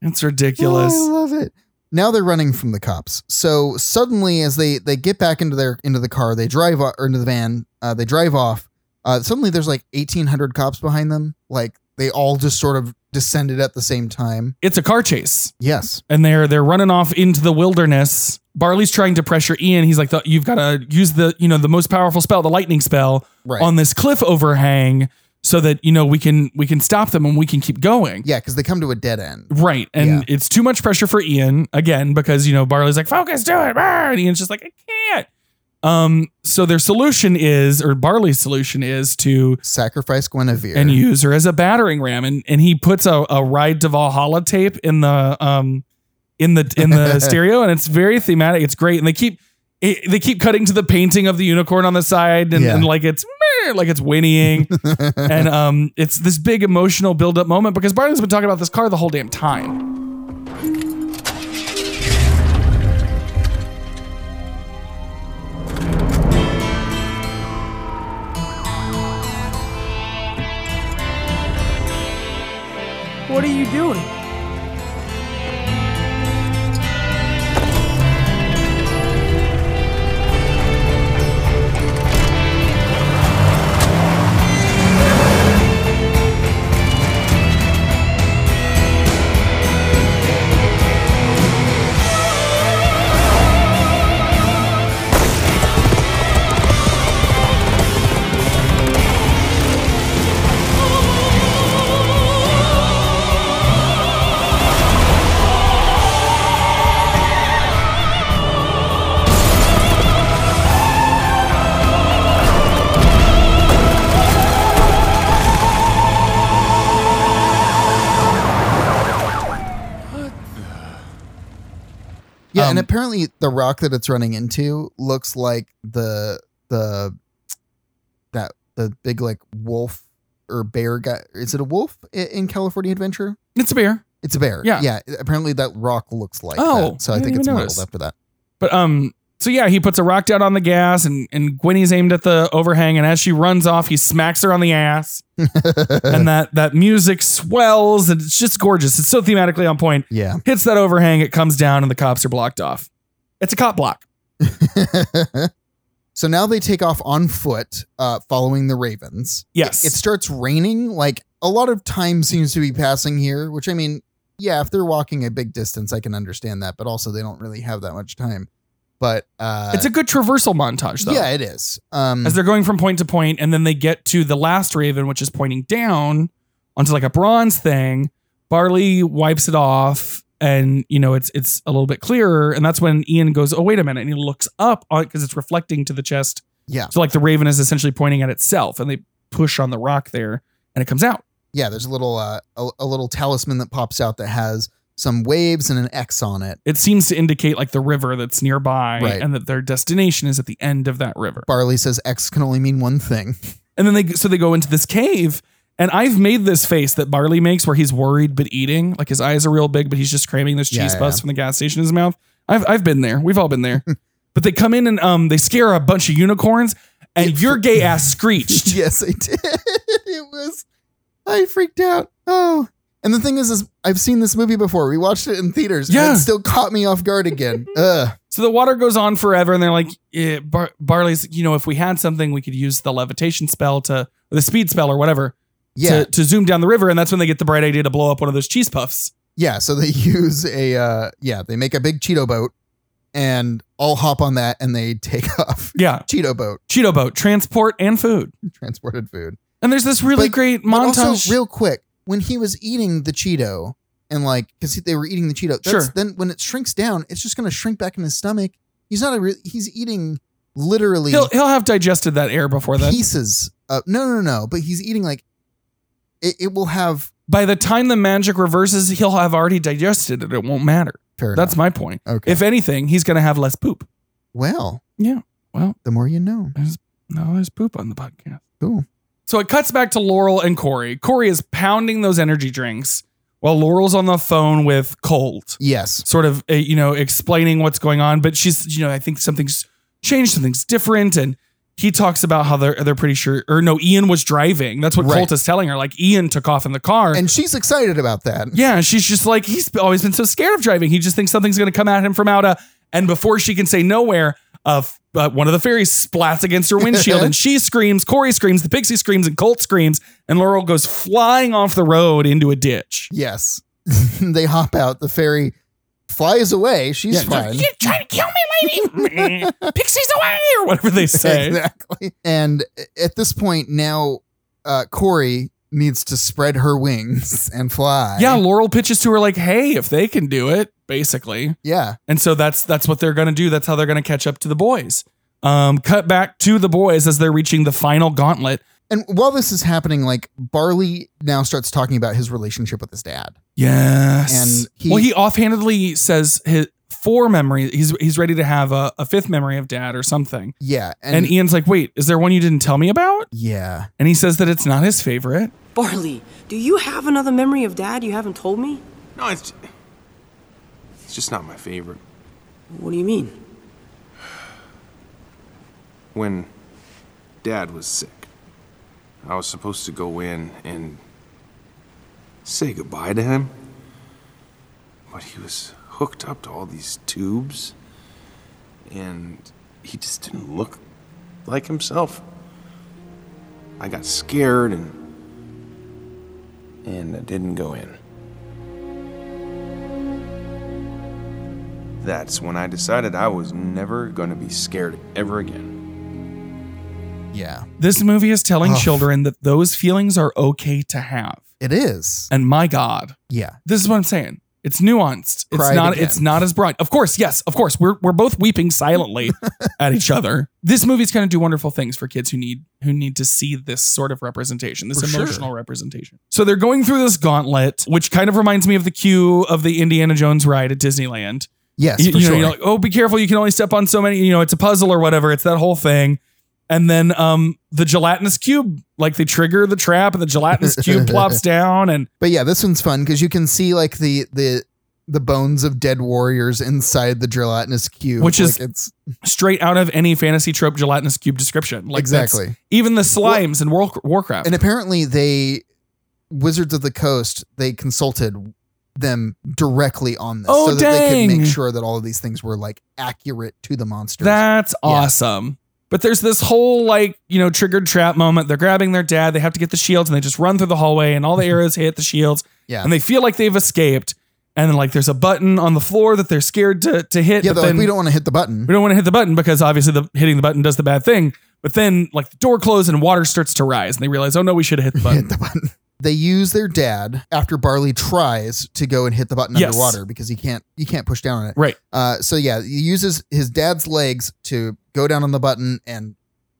[SPEAKER 1] it's ridiculous.
[SPEAKER 2] Oh, I love it. Now they're running from the cops. So suddenly, as they they get back into their into the car, they drive o- or into the van. Uh, they drive off. Uh, suddenly, there's like 1,800 cops behind them. Like they all just sort of descended at the same time.
[SPEAKER 1] It's a car chase.
[SPEAKER 2] Yes.
[SPEAKER 1] and they're they're running off into the wilderness. Barley's trying to pressure Ian. He's like, "The- "You've got to use the you know the most powerful spell, the lightning spell,
[SPEAKER 2] Right.
[SPEAKER 1] on this cliff overhang, so that you know we can we can stop them and we can keep going."
[SPEAKER 2] Yeah, because they come to a dead end.
[SPEAKER 1] Right, and it's too much pressure for Ian again because you know Barley's like, "Focus, do it," brr," and Ian's just like, "I can't." Um, so their solution is, or Barley's solution is to
[SPEAKER 2] Sacrifice Guinevere.
[SPEAKER 1] and use her as a battering ram. And and he puts a, a ride to Valhalla tape in the um in the in the stereo, and it's very thematic. It's great, and they keep it, they keep cutting to the painting of the unicorn on the side, and,
[SPEAKER 2] Yeah.
[SPEAKER 1] and like it's "Meh," like it's whinnying, and um it's this big emotional build up moment because Barney's been talking about this car the whole damn time.
[SPEAKER 5] What are you doing?
[SPEAKER 2] Yeah, and apparently the rock that it's running into looks like the the that the big like wolf or bear guy. Is it a wolf i- in California Adventure?
[SPEAKER 1] It's a bear.
[SPEAKER 2] It's a bear.
[SPEAKER 1] Yeah.
[SPEAKER 2] yeah. Apparently that rock looks like.
[SPEAKER 1] Oh,
[SPEAKER 2] that, so I,
[SPEAKER 1] I
[SPEAKER 2] think
[SPEAKER 1] didn't
[SPEAKER 2] it's
[SPEAKER 1] even
[SPEAKER 2] modeled
[SPEAKER 1] notice.
[SPEAKER 2] after that.
[SPEAKER 1] But um, so yeah, he puts a rock down on the gas, and and Gwenny's aimed at the overhang, and as she runs off, he smacks her on the ass,
[SPEAKER 2] Uh.
[SPEAKER 1] and that that music swells, and it's just gorgeous. It's so thematically on point.
[SPEAKER 2] Yeah.
[SPEAKER 1] hits that overhang, it comes down, and the cops are blocked off. It's a cop block.
[SPEAKER 2] So now they take off on foot, uh, following the ravens.
[SPEAKER 1] Yes.
[SPEAKER 2] It, it starts raining. Like a lot of time seems to be passing here, which I mean, yeah, if they're walking a big distance, I can understand that, but also they don't really have that much time. But uh,
[SPEAKER 1] it's a good traversal montage, though.
[SPEAKER 2] yeah, it is. Um,
[SPEAKER 1] as they're going from point to point, and then they get to the last raven, which is pointing down onto like a bronze thing. Barley wipes it off, and you know it's it's a little bit clearer, and that's when Ian goes, "Oh wait a minute," and he looks up on because it's reflecting to the chest.
[SPEAKER 2] Yeah.
[SPEAKER 1] So like the raven is essentially pointing at itself, and they push on the rock there, and it comes out.
[SPEAKER 2] yeah, there's a little uh, a, a little talisman that pops out that has some waves and an X on it.
[SPEAKER 1] It seems to indicate like the river that's nearby,
[SPEAKER 2] Right.
[SPEAKER 1] and that their destination is at the end of that river.
[SPEAKER 2] Barley says X can only mean one thing.
[SPEAKER 1] And then they so they go into this cave, and I've made this face that Barley makes where he's worried but eating, like his eyes are real big, but he's just cramming this
[SPEAKER 2] Yeah,
[SPEAKER 1] cheese
[SPEAKER 2] yeah,
[SPEAKER 1] bus
[SPEAKER 2] yeah.
[SPEAKER 1] from the gas station in his mouth. I've I've been there. We've all been there. but they come in and um they scare a bunch of unicorns, and your gay ass screeched.
[SPEAKER 2] yes, I did. it was. I freaked out. Oh. And the thing is, is I've seen this movie before. We watched it in theaters. Yeah.
[SPEAKER 1] Yeah.
[SPEAKER 2] it still caught me off guard again. Ugh.
[SPEAKER 1] So the water goes on forever, and they're like, eh, Bar- Barley's, you know, if we had something, we could use the levitation spell to or the speed spell or whatever.
[SPEAKER 2] Yeah.
[SPEAKER 1] To, to zoom down the river, and that's when they get the bright idea to blow up one of those cheese puffs.
[SPEAKER 2] Yeah. So they use a, uh, yeah, they make a big Cheeto boat and I'll hop on that and they take off.
[SPEAKER 1] Yeah.
[SPEAKER 2] Cheeto boat,
[SPEAKER 1] Cheeto boat, transport, and food.
[SPEAKER 2] transported food.
[SPEAKER 1] And there's this really
[SPEAKER 2] But-
[SPEAKER 1] great
[SPEAKER 2] but
[SPEAKER 1] montage.
[SPEAKER 2] Also, real quick, when he was eating the Cheeto and like, because they were eating the Cheeto, that's,
[SPEAKER 1] Sure.
[SPEAKER 2] then when it shrinks down, it's just going to shrink back in his stomach. He's not a real, he's eating literally.
[SPEAKER 1] he'll he'll have digested that air before then.
[SPEAKER 2] pieces. Of, no, no, no. But he's eating like it, it will have.
[SPEAKER 1] By the time the magic reverses, he'll have already digested it. It won't matter.
[SPEAKER 2] Fair
[SPEAKER 1] That's
[SPEAKER 2] enough.
[SPEAKER 1] my point.
[SPEAKER 2] Okay.
[SPEAKER 1] If anything, he's going to have less poop.
[SPEAKER 2] well,
[SPEAKER 1] Yeah. Well,
[SPEAKER 2] the more you know.
[SPEAKER 1] there's, no, there's poop on the podcast.
[SPEAKER 2] Cool.
[SPEAKER 1] So it cuts back to Laurel and Corey. Corey is pounding those energy drinks while Laurel's on the phone with Colt,
[SPEAKER 2] Yes.
[SPEAKER 1] sort of, uh, you know, explaining what's going on. But she's, you know, I think something's changed, something's different. And he talks about how they're, they're pretty sure, or no, Ian was driving. That's what
[SPEAKER 2] Right.
[SPEAKER 1] Colt is telling her. Like, Ian took off in the car.
[SPEAKER 2] And she's excited about that.
[SPEAKER 1] Yeah, she's just like he's always been so scared of driving. He just thinks something's going to come at him from out of, and before she can say nowhere, uh, f- uh, one of the fairies splats against her windshield, and she screams. Corey screams. The pixie screams, and Colt screams, and Laurel goes flying off the road into a ditch.
[SPEAKER 2] Yes. they hop out. The fairy flies away. She's fine.
[SPEAKER 1] You're trying to kill me, lady. Pixies away, or whatever they say.
[SPEAKER 2] Exactly. And at this point now, uh, Corey needs to spread her wings and fly.
[SPEAKER 1] Yeah, Laurel pitches to her like, "Hey, if they can do it, basically."
[SPEAKER 2] Yeah.
[SPEAKER 1] And so that's that's what they're going to do. That's how they're going to catch up to the boys. Um, cut back to the boys as they're reaching the final gauntlet.
[SPEAKER 2] And while this is happening, like Barley now starts talking about his relationship with his dad.
[SPEAKER 1] Yes.
[SPEAKER 2] And he-
[SPEAKER 1] well, he offhandedly says his four memories. He's he's ready to have a, a fifth memory of dad or something.
[SPEAKER 2] Yeah.
[SPEAKER 1] And, Ian's like, "Wait, is there one you didn't tell me about?"
[SPEAKER 2] yeah.
[SPEAKER 1] And he says that it's not his favorite.
[SPEAKER 5] Barley, do you have another memory of Dad you haven't told me?
[SPEAKER 7] No, it's it's just not my favorite.
[SPEAKER 5] What do you mean?
[SPEAKER 7] When Dad was sick, I was supposed to go in and say goodbye to him, but he was hooked up to all these tubes, and he just didn't look like himself. I got scared and and I didn't go in. That's when I decided I was never going to be scared ever again.
[SPEAKER 2] Yeah.
[SPEAKER 1] This movie is telling
[SPEAKER 2] Ugh.
[SPEAKER 1] children that those feelings are okay to have.
[SPEAKER 2] It is.
[SPEAKER 1] And my God,
[SPEAKER 2] Yeah.
[SPEAKER 1] this is what I'm saying. It's nuanced. It's
[SPEAKER 2] Cried
[SPEAKER 1] not.
[SPEAKER 2] again.
[SPEAKER 1] It's not as broad. Of course, yes, of course. We're we're both weeping silently at each other. This movie's going to do wonderful things for kids who need who need to see this sort of representation, this
[SPEAKER 2] For sure.
[SPEAKER 1] emotional representation. So they're going through this gauntlet, which kind of reminds me of the queue of the Indiana Jones ride at Disneyland,
[SPEAKER 2] Yes,
[SPEAKER 1] you,
[SPEAKER 2] for
[SPEAKER 1] you know,
[SPEAKER 2] sure.
[SPEAKER 1] you're like, oh, be careful, you can only step on so many. You know, it's a puzzle or whatever. It's that whole thing. And then um, the gelatinous cube, like they trigger the trap, and the gelatinous cube plops down, and
[SPEAKER 2] But yeah, this one's fun because you can see like the the the bones of dead warriors inside the gelatinous cube,
[SPEAKER 1] which is
[SPEAKER 2] Like, it's
[SPEAKER 1] straight out of any fantasy trope gelatinous cube description. Like that's-
[SPEAKER 2] Exactly.
[SPEAKER 1] even the slimes in World, Warcraft.
[SPEAKER 2] and apparently they Wizards of the Coast they consulted them directly on this
[SPEAKER 1] Oh,
[SPEAKER 2] so that they could
[SPEAKER 1] dang.
[SPEAKER 2] make sure that all of these things were like accurate to the monsters.
[SPEAKER 1] That's
[SPEAKER 2] Yeah.
[SPEAKER 1] awesome. But there's this whole like, you know, triggered trap moment. They're grabbing their dad. They have to get the shields and they just run through the hallway and all the arrows hit the shields.
[SPEAKER 2] Yeah.
[SPEAKER 1] And they feel like they've escaped. And then like there's a button on the floor that they're scared to, to hit.
[SPEAKER 2] yeah,
[SPEAKER 1] but
[SPEAKER 2] they're like
[SPEAKER 1] then
[SPEAKER 2] we don't want to hit the button.
[SPEAKER 1] we don't want to hit the button because obviously the hitting the button does the bad thing. But then like the door closes and water starts to rise and they realize, oh no, we should have hit the button.
[SPEAKER 2] Hit the button. They use their dad after Barley tries to go and hit the button
[SPEAKER 1] Yes.
[SPEAKER 2] underwater because he can't you can't push down on it.
[SPEAKER 1] right.
[SPEAKER 2] Uh, so yeah, he uses his dad's legs to go down on the button and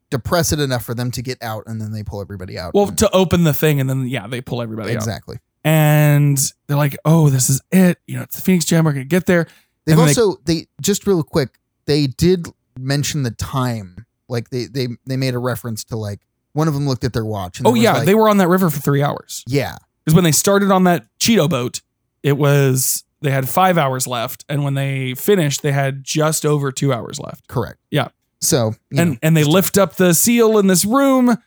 [SPEAKER 2] depress it enough for them to get out, and then they pull everybody out.
[SPEAKER 1] Well, to open the thing and then yeah, they pull everybody out.
[SPEAKER 2] exactly.
[SPEAKER 1] And they're like, oh, this is it. You know, it's the Phoenix Jam. We're gonna get there.
[SPEAKER 2] They've
[SPEAKER 1] And then they-
[SPEAKER 2] also they, just real quick they did mention the time. Like they they they made a reference to like one of them looked at their watch. And
[SPEAKER 1] Oh
[SPEAKER 2] there was,
[SPEAKER 1] yeah,
[SPEAKER 2] like-
[SPEAKER 1] they were on that river for three hours.
[SPEAKER 2] yeah.
[SPEAKER 1] Because when they started on that Cheeto boat, it was they had five hours left, and when they finished, they had just over two hours left.
[SPEAKER 2] Correct.
[SPEAKER 1] Yeah,
[SPEAKER 2] So you
[SPEAKER 1] and
[SPEAKER 2] know,
[SPEAKER 1] and they lift up the seal in this room,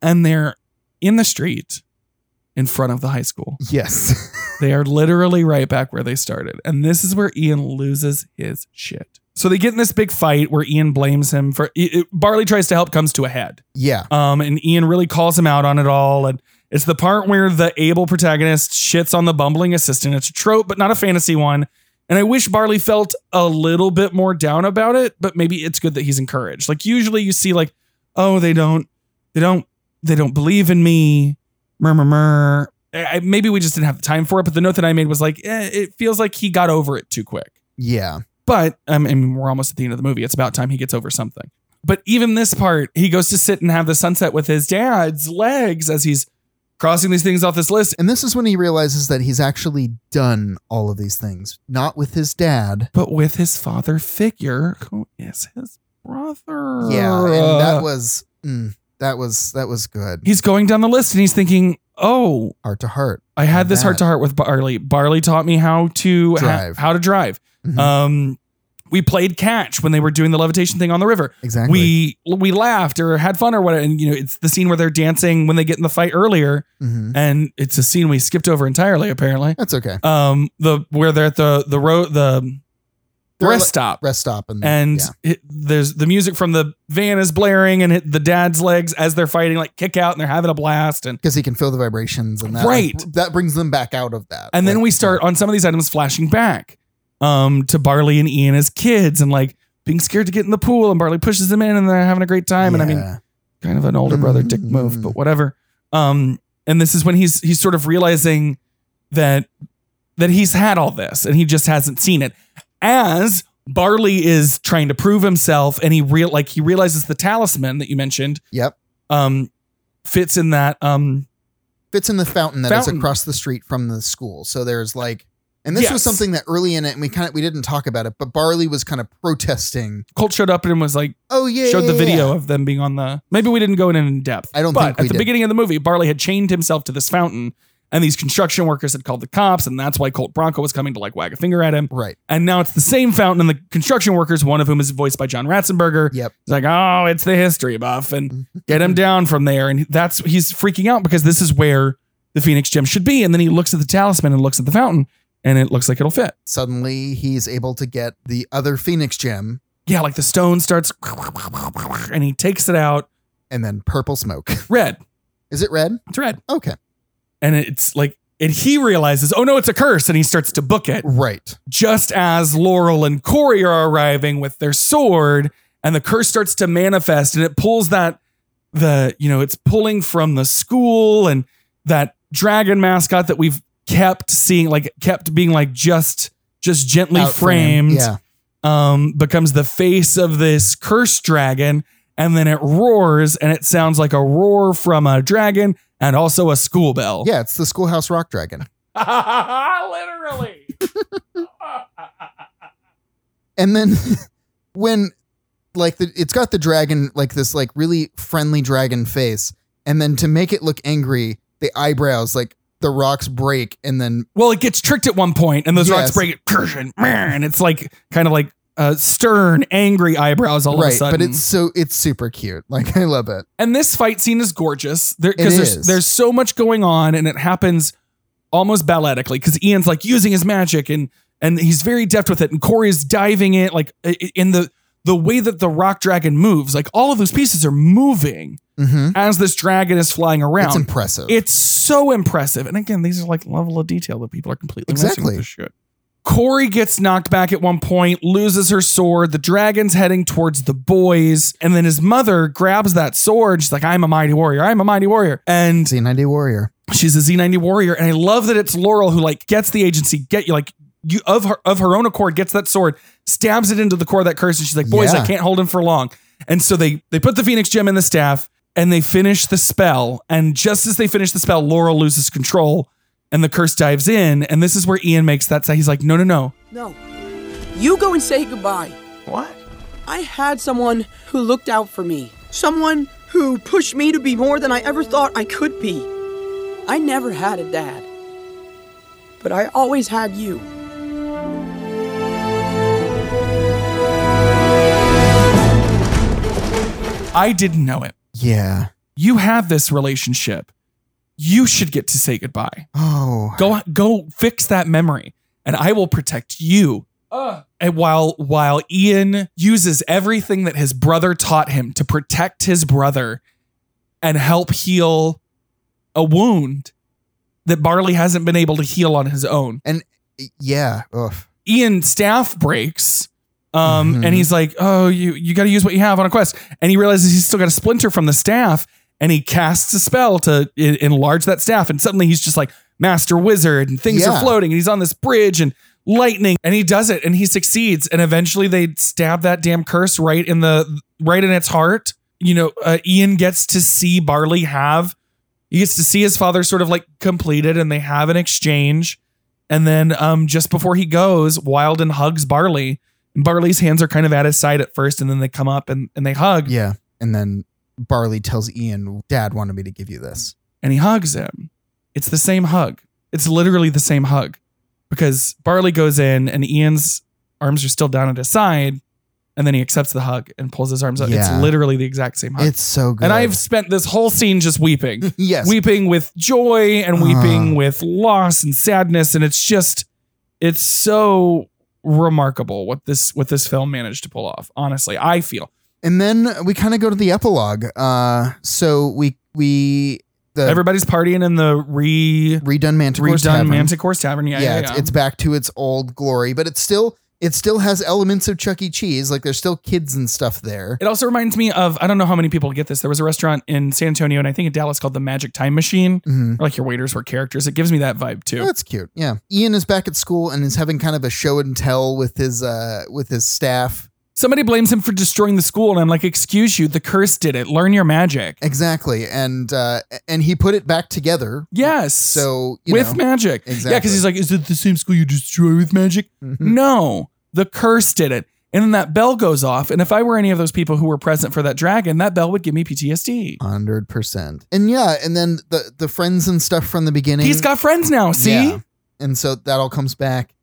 [SPEAKER 1] and they're in the street, in front of the high school.
[SPEAKER 2] yes,
[SPEAKER 1] They are literally right back where they started, and this is where Ian loses his shit. So they get in this big fight where Ian blames him for it, it- Barley tries to help comes to a head.
[SPEAKER 2] yeah.
[SPEAKER 1] Um, and Ian really calls him out on it all. And it's the part where the able protagonist shits on the bumbling assistant. It's a trope, but not a fantasy one. And I wish Barley felt a little bit more down about it, but maybe it's good that he's encouraged. Like usually you see like, oh, they don't, they don't, they don't believe in me. Murmur, murmur. I, I- maybe we just didn't have the time for it. But the note that I made was like, eh, it feels like he got over it too quick.
[SPEAKER 2] Yeah.
[SPEAKER 1] But um, I mean, we're almost at the end of the movie. It's about time he gets over something. But even this part, he goes to sit and have the sunset with his dad's legs as he's crossing these things off this list.
[SPEAKER 2] And this is when he realizes that he's actually done all of these things, not with his dad.
[SPEAKER 1] But with his father figure, who is his brother.
[SPEAKER 2] Yeah,
[SPEAKER 1] Uh,
[SPEAKER 2] and that was mm, that was that was good.
[SPEAKER 1] He's going down the list and he's thinking, oh,
[SPEAKER 2] Heart to heart.
[SPEAKER 1] I had this
[SPEAKER 2] Bad.
[SPEAKER 1] heart to heart with Barley. Barley taught me how to ha-
[SPEAKER 2] Drive.
[SPEAKER 1] how to drive.
[SPEAKER 2] Mhm.
[SPEAKER 1] Um, we played catch when they were doing the levitation thing on the river.
[SPEAKER 2] Exactly.
[SPEAKER 1] We we laughed or had fun or whatever. And you know, it's the scene where they're dancing when they get in the fight earlier,
[SPEAKER 2] Mhm.
[SPEAKER 1] and it's a scene we skipped over entirely apparently.
[SPEAKER 2] That's okay.
[SPEAKER 1] Um, the where they're at the the road the rest stop.
[SPEAKER 2] Rest stop and
[SPEAKER 1] And
[SPEAKER 2] yeah.
[SPEAKER 1] it, there's the music from the van is blaring, and it, the dad's legs as they're fighting like kick out, and they're having a blast. And
[SPEAKER 2] because he can feel the vibrations and that
[SPEAKER 1] Right.
[SPEAKER 2] like, that brings them back out of that.
[SPEAKER 1] And then
[SPEAKER 2] Like,
[SPEAKER 1] we start on some of these items flashing back um, to Barley and Ian as kids and like being scared to get in the pool. And Barley pushes them in and they're having a great time. And I mean,
[SPEAKER 2] yeah.
[SPEAKER 1] kind of an older brother dick move,
[SPEAKER 2] Mm.
[SPEAKER 1] but whatever. Um, and this is when he's he's sort of realizing that that he's had all this and he just hasn't seen it. As Barley is trying to prove himself and he real like he realizes the talisman that you mentioned
[SPEAKER 2] yep
[SPEAKER 1] um, fits in that um,
[SPEAKER 2] fits in the fountain that is
[SPEAKER 1] Fountain.
[SPEAKER 2] across the street from the school. So there's like and this was
[SPEAKER 1] Yes.
[SPEAKER 2] something that early in it and we kind of we didn't talk about it, but Barley was kind of protesting.
[SPEAKER 1] Colt showed up and was like
[SPEAKER 2] Oh yeah,
[SPEAKER 1] showed the
[SPEAKER 2] yeah,
[SPEAKER 1] video
[SPEAKER 2] yeah."
[SPEAKER 1] of them being on the. Maybe we didn't go in in depth.
[SPEAKER 2] I don't
[SPEAKER 1] But
[SPEAKER 2] think we
[SPEAKER 1] at the
[SPEAKER 2] did.
[SPEAKER 1] beginning of the movie, Barley had chained himself to this fountain, and these construction workers had called the cops, and that's why Colt Bronco was coming to like wag a finger at him.
[SPEAKER 2] Right.
[SPEAKER 1] And now it's the same fountain, and the construction workers, one of whom is voiced by John Ratzenberger,
[SPEAKER 2] Yep.
[SPEAKER 1] it's like, oh, it's the history buff, and get him down from there. And that's he's freaking out because this is where the Phoenix Gem should be. And then he looks at the talisman and looks at the fountain, and it looks like it'll fit.
[SPEAKER 2] Suddenly he's able to get the other Phoenix gem
[SPEAKER 1] Yeah, like the stone starts, and he takes it out.
[SPEAKER 2] and then purple smoke.
[SPEAKER 1] Red,
[SPEAKER 2] Is it red?
[SPEAKER 1] it's red.
[SPEAKER 2] Okay.
[SPEAKER 1] and it's like and he realizes oh no it's a curse and he starts to book it
[SPEAKER 2] Right.
[SPEAKER 1] just as laurel and corey are arriving with their sword and the curse starts to manifest and it pulls that the you know it's pulling from the school and that dragon mascot that we've kept seeing like kept being like just just gently
[SPEAKER 2] Out
[SPEAKER 1] framed
[SPEAKER 2] frame. Yeah.
[SPEAKER 1] um, becomes the face of this cursed dragon, and then it roars, and it sounds like a roar from a dragon and also a school bell.
[SPEAKER 2] Yeah, it's the schoolhouse rock dragon.
[SPEAKER 1] Literally.
[SPEAKER 2] And then when like the, it's got the dragon like this like really friendly dragon face and then to make it look angry, the eyebrows like the rocks break and then
[SPEAKER 1] Well, it gets tricked at one point, and those rocks
[SPEAKER 2] Yes.
[SPEAKER 1] break it, kersh, and meh, and it's like kind of like uh, stern, angry eyebrows all of a
[SPEAKER 2] right,
[SPEAKER 1] sudden.
[SPEAKER 2] but it's so it's super cute. Like I love it.
[SPEAKER 1] and this fight scene is gorgeous
[SPEAKER 2] It
[SPEAKER 1] because there's
[SPEAKER 2] is.
[SPEAKER 1] there's so much going on, and it happens almost balletically because Ian's like using his magic and and he's very deft with it, and Corey's diving it like i- i- in the the way that the rock dragon moves, like all of those pieces are moving as this dragon is flying around.
[SPEAKER 2] It's Mm-hmm. impressive.
[SPEAKER 1] It's so impressive. And again, these are like level of detail that people are completely missing with
[SPEAKER 2] Exactly.
[SPEAKER 1] this shit. Corey gets knocked back at one point, loses her sword. The dragon's heading towards the boys, and then his mother grabs that sword. She's like, "I'm a mighty warrior. I'm a mighty warrior." And
[SPEAKER 2] Z90 warrior.
[SPEAKER 1] she's a Z90 warrior, and I love that it's Laurel who like gets the agency, get you like you of her of her own accord gets that sword, stabs it into the core of that curse, and she's like, "Boys,
[SPEAKER 2] Yeah.
[SPEAKER 1] I can't hold him for long." And so they they put the Phoenix Gem in the staff, and they finish the spell. And just as they finish the spell, Laurel loses control, and the curse dives in. And this is where Ian makes that say, "He's like, no, no, no,
[SPEAKER 5] No. You go and say goodbye.
[SPEAKER 7] What?
[SPEAKER 5] I had someone who looked out for me. Someone who pushed me to be more than I ever thought I could be. I never had a dad. But I always had you.
[SPEAKER 1] I didn't know it.
[SPEAKER 2] Yeah.
[SPEAKER 1] You have this relationship. You should get to say goodbye."
[SPEAKER 2] Oh.
[SPEAKER 1] go go fix that memory and i will protect you and while while ian uses everything that his brother taught him to protect his brother and help heal a wound that barley hasn't been able to heal on his own
[SPEAKER 2] and Yeah. Ugh.
[SPEAKER 1] ian staff breaks um,
[SPEAKER 2] Mhm.
[SPEAKER 1] and he's like oh you you got to use what you have on a quest and he realizes he's still got a splinter from the staff and he casts a spell to en- enlarge that staff and suddenly he's just like master wizard and things are
[SPEAKER 2] Yeah.
[SPEAKER 1] floating and he's on this bridge and lightning and he does it and he succeeds and eventually they stab that damn curse right in the right in its heart you know uh, ian gets to see barley have he gets to see his father sort of like completed and they have an exchange and then um just before he goes wilden hugs barley and barley's hands are kind of at his side at first and then they come up and, and they hug
[SPEAKER 2] Yeah. And then Barley tells Ian, Dad wanted me to give you this.
[SPEAKER 1] and he hugs him. It's the same hug. It's literally the same hug because Barley goes in and Ian's arms are still down at his side. And then he accepts the hug and pulls his arms up.
[SPEAKER 2] Yeah.
[SPEAKER 1] It's literally the exact same hug.
[SPEAKER 2] It's so good.
[SPEAKER 1] and I've spent this whole scene just weeping.
[SPEAKER 2] Yes.
[SPEAKER 1] Weeping with joy and weeping
[SPEAKER 2] Uh.
[SPEAKER 1] with loss and sadness. And it's just, it's so remarkable what this what this film managed to pull off. Honestly, I feel.
[SPEAKER 2] And then we kind of go to the epilogue. Uh so we we the
[SPEAKER 1] Everybody's partying in the re
[SPEAKER 2] redone Manticore's
[SPEAKER 1] redone
[SPEAKER 2] Tavern.
[SPEAKER 1] Manticore's Tavern. Yeah,
[SPEAKER 2] yeah,
[SPEAKER 1] yeah, yeah.
[SPEAKER 2] It's, it's back to its old glory, but it's still it still has elements of Chuck E. Cheese. Like there's still kids and stuff there.
[SPEAKER 1] It also reminds me of I don't know how many people get this. There was a restaurant in San Antonio and I think in Dallas called the Magic Time Machine.
[SPEAKER 2] Mhm.
[SPEAKER 1] Like your waiters were characters. It gives me that vibe too.
[SPEAKER 2] That's cute. Yeah. Ian is back at school and is having kind of a show and tell with his uh with his staff.
[SPEAKER 1] Somebody blames him for destroying the school, and I'm like, excuse you, the curse did it. Learn your magic.
[SPEAKER 2] Exactly. And uh and he put it back together.
[SPEAKER 1] Yes.
[SPEAKER 2] So you
[SPEAKER 1] with
[SPEAKER 2] know.
[SPEAKER 1] magic. Yeah,
[SPEAKER 2] Exactly. Mm-hmm.
[SPEAKER 1] because he's like, is it the same school you destroy with magic? No, the curse did it. And then that bell goes off. And if I were any of those people who were present for that dragon, that bell would give me PTSD.
[SPEAKER 2] Hundred percent. And yeah, and then the the friends and stuff from the beginning.
[SPEAKER 1] He's got friends now, see?
[SPEAKER 2] Yeah. And so that all comes back.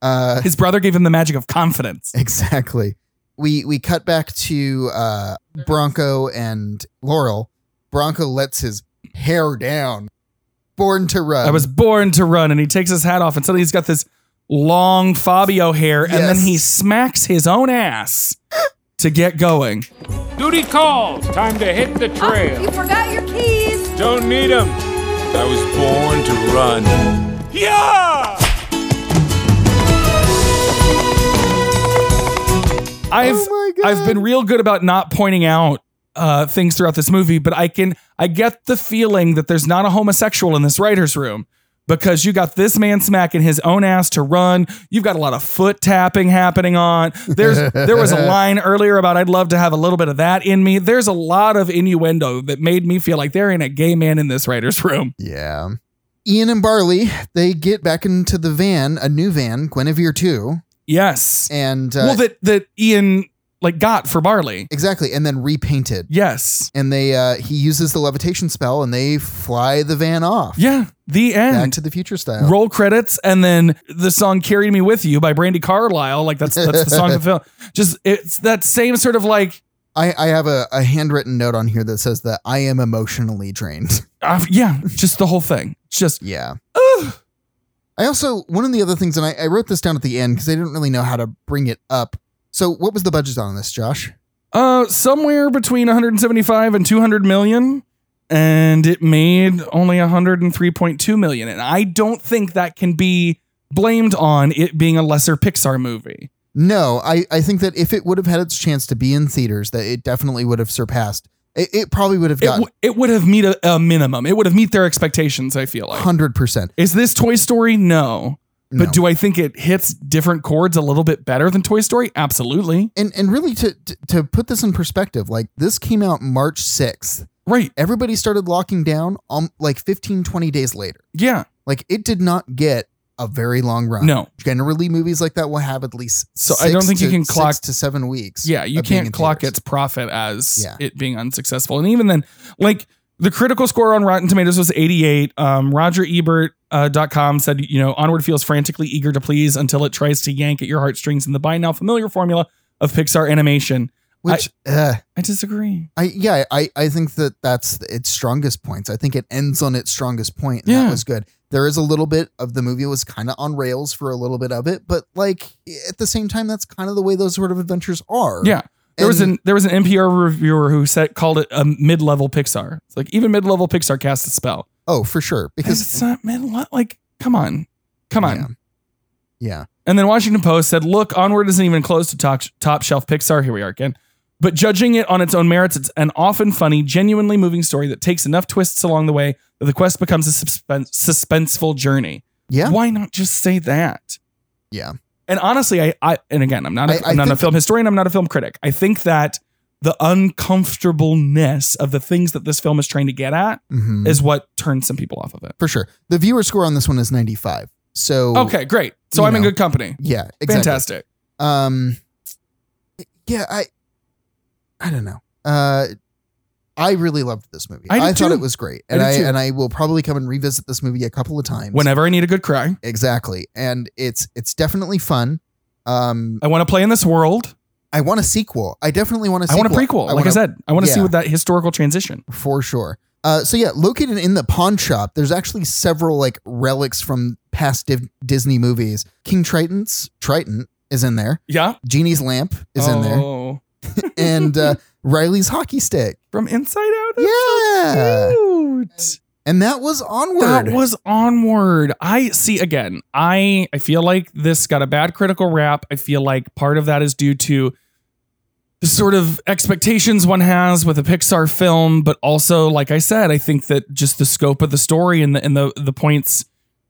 [SPEAKER 2] Uh
[SPEAKER 1] His brother gave him the magic of confidence.
[SPEAKER 2] exactly. We we cut back to uh Bronco and Laurel. Bronco lets his hair down. Born to run.
[SPEAKER 1] I was born to run. And he takes his hat off, and suddenly he's got this long Fabio hair, and then
[SPEAKER 2] Yes.
[SPEAKER 1] he smacks his own ass to get going.
[SPEAKER 6] Duty calls. Time to hit the trail.
[SPEAKER 10] Oh,
[SPEAKER 4] You forgot your keys.
[SPEAKER 6] Don't need 'em. I was born to run. Yeah!
[SPEAKER 1] I've
[SPEAKER 2] Oh my God.
[SPEAKER 1] I've been real good about not pointing out uh, things throughout this movie, but I can I get the feeling that there's not a homosexual in this writer's room because you got this man smacking his own ass to run. You've got a lot of foot tapping happening on. There's there was a line earlier about I'd love to have a little bit of that in me. There's a lot of innuendo that made me feel like there ain't a gay man in this writer's room.
[SPEAKER 2] Yeah. Ian and Barley, they get back into the van, a new van, Guinevere 2.
[SPEAKER 1] Yes.
[SPEAKER 2] And uh,
[SPEAKER 1] well, that that Ian like got for Barley.
[SPEAKER 2] Exactly, and then repainted.
[SPEAKER 1] Yes.
[SPEAKER 2] And they uh, he uses the levitation spell, and they fly the van off.
[SPEAKER 1] Yeah. The end.
[SPEAKER 2] Back to the future style.
[SPEAKER 1] Roll credits, and then the song "Carry Me With You" by Brandy Carlisle. Like that's that's the song of the film. Just it's that same sort of like
[SPEAKER 2] I, I have a, a handwritten note on here that says that I am emotionally drained.
[SPEAKER 1] uh, yeah, just the whole thing. Just
[SPEAKER 2] yeah. I also one of the other things, and I, I wrote this down at the end because I didn't really know how to bring it up. So, what was the budget on this, Josh?
[SPEAKER 1] uh somewhere between 175 and 200 million, and it made only 103.2 million. And I don't think that can be blamed on it being a lesser Pixar movie.
[SPEAKER 2] No, I, I think that if it would have had its chance to be in theaters, that it definitely would have surpassed. It, it probably would have
[SPEAKER 1] It,
[SPEAKER 2] gotten
[SPEAKER 1] w- it would have meet a, a minimum. It would have meet their expectations. I feel like.
[SPEAKER 2] hundred percent.
[SPEAKER 1] Is this Toy Story? No. But do I think it hits different chords a little bit better than Toy Story? Absolutely.
[SPEAKER 2] And and really to, to to put this in perspective, like this came out March sixth.
[SPEAKER 1] Right.
[SPEAKER 2] Everybody started locking down um, like 15, 20 days later.
[SPEAKER 1] Yeah.
[SPEAKER 2] Like it did not get a very long run.
[SPEAKER 1] No.
[SPEAKER 2] Generally, movies like that will have at least
[SPEAKER 1] So I don't think
[SPEAKER 2] six
[SPEAKER 1] you
[SPEAKER 2] to-
[SPEAKER 1] can
[SPEAKER 2] six
[SPEAKER 1] clock-
[SPEAKER 2] to seven weeks.
[SPEAKER 1] Yeah, you
[SPEAKER 2] of being in
[SPEAKER 1] can't clock
[SPEAKER 2] theaters.
[SPEAKER 1] its profit as
[SPEAKER 2] Yeah.
[SPEAKER 1] it being unsuccessful. And even then, like the critical score on Rotten Tomatoes was 88. Um, Roger Ebert. Uh, dot com said, you know, Onward feels frantically eager to please until it tries to yank at your heartstrings in the by now familiar formula of Pixar animation.
[SPEAKER 2] Which uh,
[SPEAKER 1] I disagree.
[SPEAKER 2] I yeah, I I think that that's its strongest points. I think it ends on its strongest point. And
[SPEAKER 1] Yeah.
[SPEAKER 2] that was good. There is a little bit of the movie was kind of on rails for a little bit of it, but like at the same time, that's kind of the way those sort of adventures are.
[SPEAKER 1] Yeah. There was
[SPEAKER 2] And-
[SPEAKER 1] an there was an NPR reviewer who said called it a mid level Pixar. It's like even mid level Pixar casts a spell.
[SPEAKER 2] Oh, for sure,
[SPEAKER 1] Because
[SPEAKER 2] because
[SPEAKER 1] it's not mid like come on. Come on.
[SPEAKER 2] Yeah. yeah,
[SPEAKER 1] And then Washington Post said, "Look, Onward isn't even close to top, top shelf Pixar. Here we are again." But judging it on its own merits, it's an often funny, genuinely moving story that takes enough twists along the way that the quest becomes a suspense, suspenseful journey.
[SPEAKER 2] Yeah.
[SPEAKER 1] Why not just say that?
[SPEAKER 2] yeah,
[SPEAKER 1] and honestly, I, I and again, I'm not
[SPEAKER 2] I-
[SPEAKER 1] a,
[SPEAKER 2] I
[SPEAKER 1] I'm not a
[SPEAKER 2] think
[SPEAKER 1] film historian. I'm not a film critic. I think that the uncomfortableness of the things that this film is trying to get at
[SPEAKER 2] Mhm.
[SPEAKER 1] is what turns some people off of it.
[SPEAKER 2] for sure. The viewer score on this one is ninety five. So
[SPEAKER 1] Okay, great. So
[SPEAKER 2] You
[SPEAKER 1] I'm in
[SPEAKER 2] know.
[SPEAKER 1] good company.
[SPEAKER 2] yeah, exactly.
[SPEAKER 1] Fantastic.
[SPEAKER 2] Um, yeah, I, I don't know. Uh, I really loved this movie.
[SPEAKER 1] I did
[SPEAKER 2] thought
[SPEAKER 1] too.
[SPEAKER 2] it was great,
[SPEAKER 1] I
[SPEAKER 2] and
[SPEAKER 1] did
[SPEAKER 2] I,
[SPEAKER 1] too.
[SPEAKER 2] and I will probably come and revisit this movie a couple of times.
[SPEAKER 1] Whenever I need a good cry,
[SPEAKER 2] exactly, and it's it's definitely fun. Um,
[SPEAKER 1] I want to play in this world.
[SPEAKER 2] I want a sequel. I definitely want a
[SPEAKER 1] I
[SPEAKER 2] sequel.
[SPEAKER 1] want a prequel. like I
[SPEAKER 2] wanna-
[SPEAKER 1] said, I want to see
[SPEAKER 2] yeah.
[SPEAKER 1] what that historical transition.
[SPEAKER 2] for sure. Uh, so yeah, located in the pawn shop, there's actually several like relics from past Div- Disney movies. King Triton's Triton is in there.
[SPEAKER 1] Yeah,
[SPEAKER 2] Genie's lamp is in there,
[SPEAKER 1] Oh.
[SPEAKER 2] and uh, Riley's hockey stick.
[SPEAKER 1] From Inside Out. That's
[SPEAKER 2] Yeah.
[SPEAKER 1] so cute.
[SPEAKER 2] And that was onward.
[SPEAKER 1] That was onward. I see again. I I feel like this got a bad critical rap. I feel like part of that is due to the sort of expectations one has with a Pixar film, but also, like I said, I think that just the scope of the story and the and the the points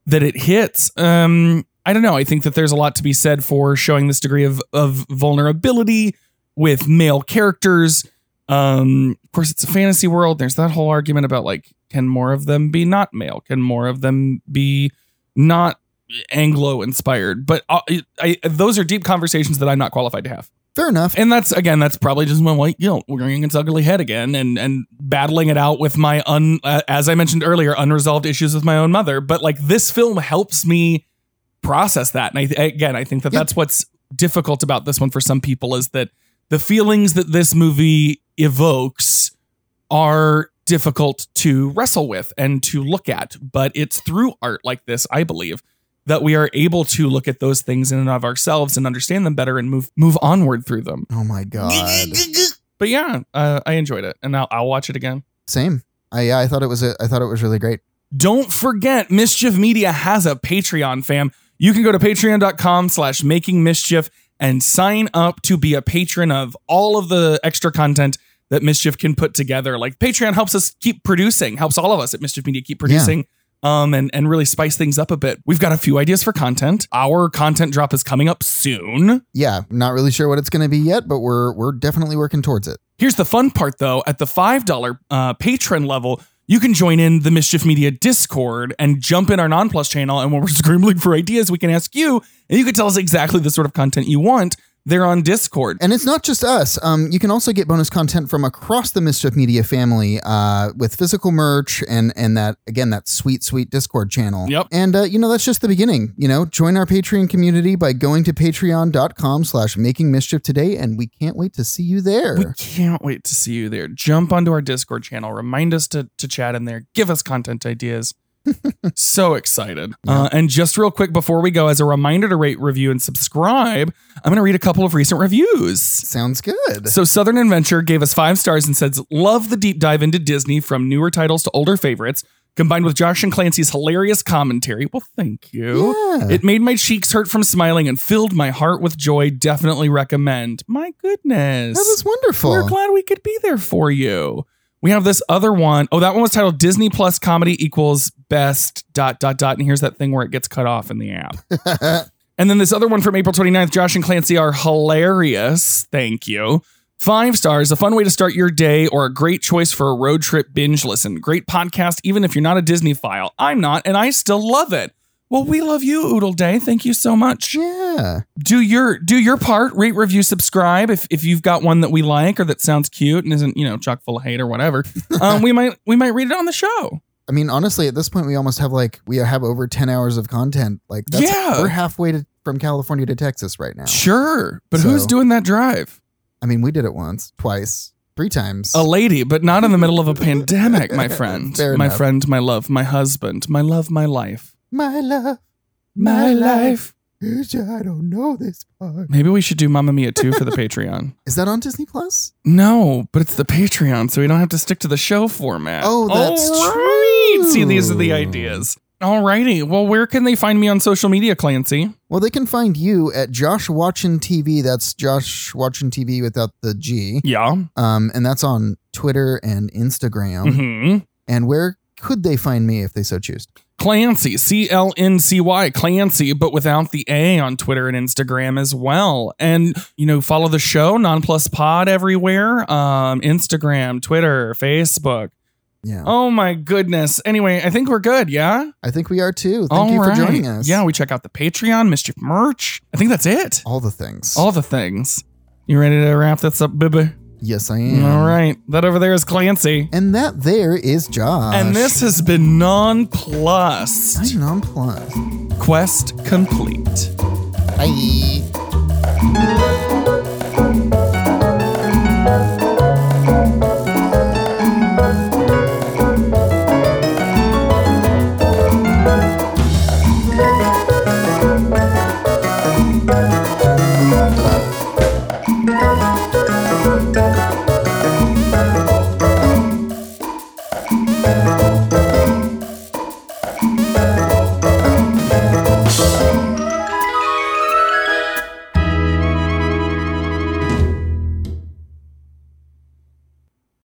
[SPEAKER 1] that it hits. Um, I don't know. I think that there's a lot to be said for showing this degree of of vulnerability with male characters. Um, of course, it's a fantasy world. There's that whole argument about like, can more of them be not male? Can more of them be not Anglo inspired? But uh, I, I, those are deep conversations that I'm not qualified to have.
[SPEAKER 2] Fair enough.
[SPEAKER 1] And that's again, that's probably just my white guilt wearing its ugly head again, and and battling it out with my un, uh, as I mentioned earlier, unresolved issues with my own mother. But like this film helps me process that, and I th- again, I think that
[SPEAKER 2] Yeah.
[SPEAKER 1] that's what's difficult about this one for some people is that the feelings that this movie evokes are difficult to wrestle with and to look at. But it's through art like this, I believe, that we are able to look at those things in and of ourselves and understand them better and move move onward through them.
[SPEAKER 2] Oh my god.
[SPEAKER 1] But yeah, uh, I enjoyed it, and I'll, I'll watch it again.
[SPEAKER 2] Same. I yeah, I thought it was a, I thought it was really great.
[SPEAKER 1] Don't forget, Mischief Media has a Patreon, fam. You can go to patreon.com slash making mischief and sign up to be a patron of all of the extra content that Mischief can put together. Like Patreon helps us keep producing, helps all of us at Mischief Media keep producing. Um, and, and really spice things up a bit. We've got a few ideas for content. Our content drop is coming up soon.
[SPEAKER 2] Yeah, not really sure what it's going to be yet, but we're we're definitely working towards it.
[SPEAKER 1] Here's the fun part though, at the $5 uh, patron level, you can join in the Mischief Media Discord and jump in our Nonplus channel. And when we're scrambling for ideas, we can ask you, and you can tell us exactly the sort of content you want. They're on Discord.
[SPEAKER 2] And it's not just us. Um, you can also get bonus content from across the Mischief Media family uh, with physical merch and and that again that sweet sweet Discord channel. Yep. And uh, you know that's just the beginning. You know, join our Patreon community by going to patreon.com/slash making mischief today, and we can't wait to see you there.
[SPEAKER 1] We can't wait to see you there. Jump onto our Discord channel. Remind us to, to chat in there. Give us content ideas. so excited. Uh, and just real quick before we go, as a reminder to rate, review, and subscribe, I'm going to read a couple of recent reviews.
[SPEAKER 2] Sounds good.
[SPEAKER 1] So, Southern Adventure gave us five stars and says, Love the deep dive into Disney from newer titles to older favorites, combined with Josh and Clancy's hilarious commentary. Well, thank you.
[SPEAKER 2] Yeah.
[SPEAKER 1] It made my cheeks hurt from smiling and filled my heart with joy. Definitely recommend. My goodness.
[SPEAKER 2] That is wonderful.
[SPEAKER 1] We're glad we could be there for you. We have this other one. Oh, that one was titled Disney Plus Comedy Equals Best dot dot dot. And here's that thing where it gets cut off in the app. and then this other one from April 29th. Josh and Clancy are hilarious. Thank you. Five stars, a fun way to start your day or a great choice for a road trip binge listen. Great podcast, even if you're not a Disney file. I'm not, and I still love it. Well, we love you, Oodle Day. Thank you so much.
[SPEAKER 2] Yeah.
[SPEAKER 1] Do your do your part. Rate, review, subscribe. If if you've got one that we like or that sounds cute and isn't you know chock full of hate or whatever, um, we might we might read it on the show.
[SPEAKER 2] I mean, honestly, at this point, we almost have like we have over ten hours of content. Like, that's,
[SPEAKER 1] Yeah.
[SPEAKER 2] we're halfway to, from California to Texas right now.
[SPEAKER 1] Sure, but
[SPEAKER 2] So-
[SPEAKER 1] who's doing that drive?
[SPEAKER 2] I mean, we did it once, twice, three times.
[SPEAKER 1] A lady, but not in the middle of a pandemic, my friend.
[SPEAKER 2] Fair
[SPEAKER 1] my
[SPEAKER 2] enough.
[SPEAKER 1] friend, my love, my husband, my love, my life.
[SPEAKER 2] My love,
[SPEAKER 1] My life.
[SPEAKER 2] I don't know this part.
[SPEAKER 1] Maybe we should do Mamma Mia 2 for the Patreon.
[SPEAKER 2] Is that on Disney Plus?
[SPEAKER 1] No, but it's the Patreon, so we don't have to stick to the show format.
[SPEAKER 2] Oh, that's
[SPEAKER 1] Alright. See, these are the
[SPEAKER 2] true.
[SPEAKER 1] ideas. Alrighty. Well, where can they find me on social media, Clancy?
[SPEAKER 2] Well, they can find you at Josh Watchin TV. That's Josh Watchin TV without the G.
[SPEAKER 1] Yeah.
[SPEAKER 2] Um, and that's on Twitter and Instagram.
[SPEAKER 1] hmm
[SPEAKER 2] And where could they find me if they so choose?
[SPEAKER 1] Clancy, C L N C Y, Clancy, but without the A on Twitter and Instagram as well. And, you know, follow the show, Nonplus Pod, everywhere um, Instagram, Twitter, Facebook.
[SPEAKER 2] Yeah.
[SPEAKER 1] Oh, my goodness. Anyway, I think we're good. Yeah.
[SPEAKER 2] I think we are too. Thank you for
[SPEAKER 1] Alright.
[SPEAKER 2] joining us.
[SPEAKER 1] Yeah. We check out the Patreon, Mischief Merch. I think that's it.
[SPEAKER 2] All the things.
[SPEAKER 1] All the things. You ready to wrap this up, baby?
[SPEAKER 2] yes, I am.
[SPEAKER 1] All right. That over there is Clancy.
[SPEAKER 2] And that there is Josh.
[SPEAKER 1] And this has been Nonplus.
[SPEAKER 2] I'm nonplussed.
[SPEAKER 1] Quest complete.
[SPEAKER 2] Bye.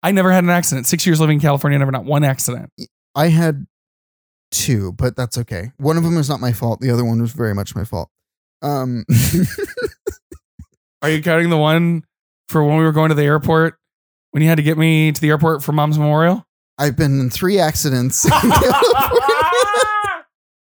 [SPEAKER 1] I never had an accident. Six years living in California, never not one accident.
[SPEAKER 2] I had two, but that's okay. One of them was not my fault. The other one was very much my fault. Um,
[SPEAKER 1] Are you counting the one for when we were going to the airport when you had to get me to the airport for mom's memorial?
[SPEAKER 2] I've been in three accidents. in California.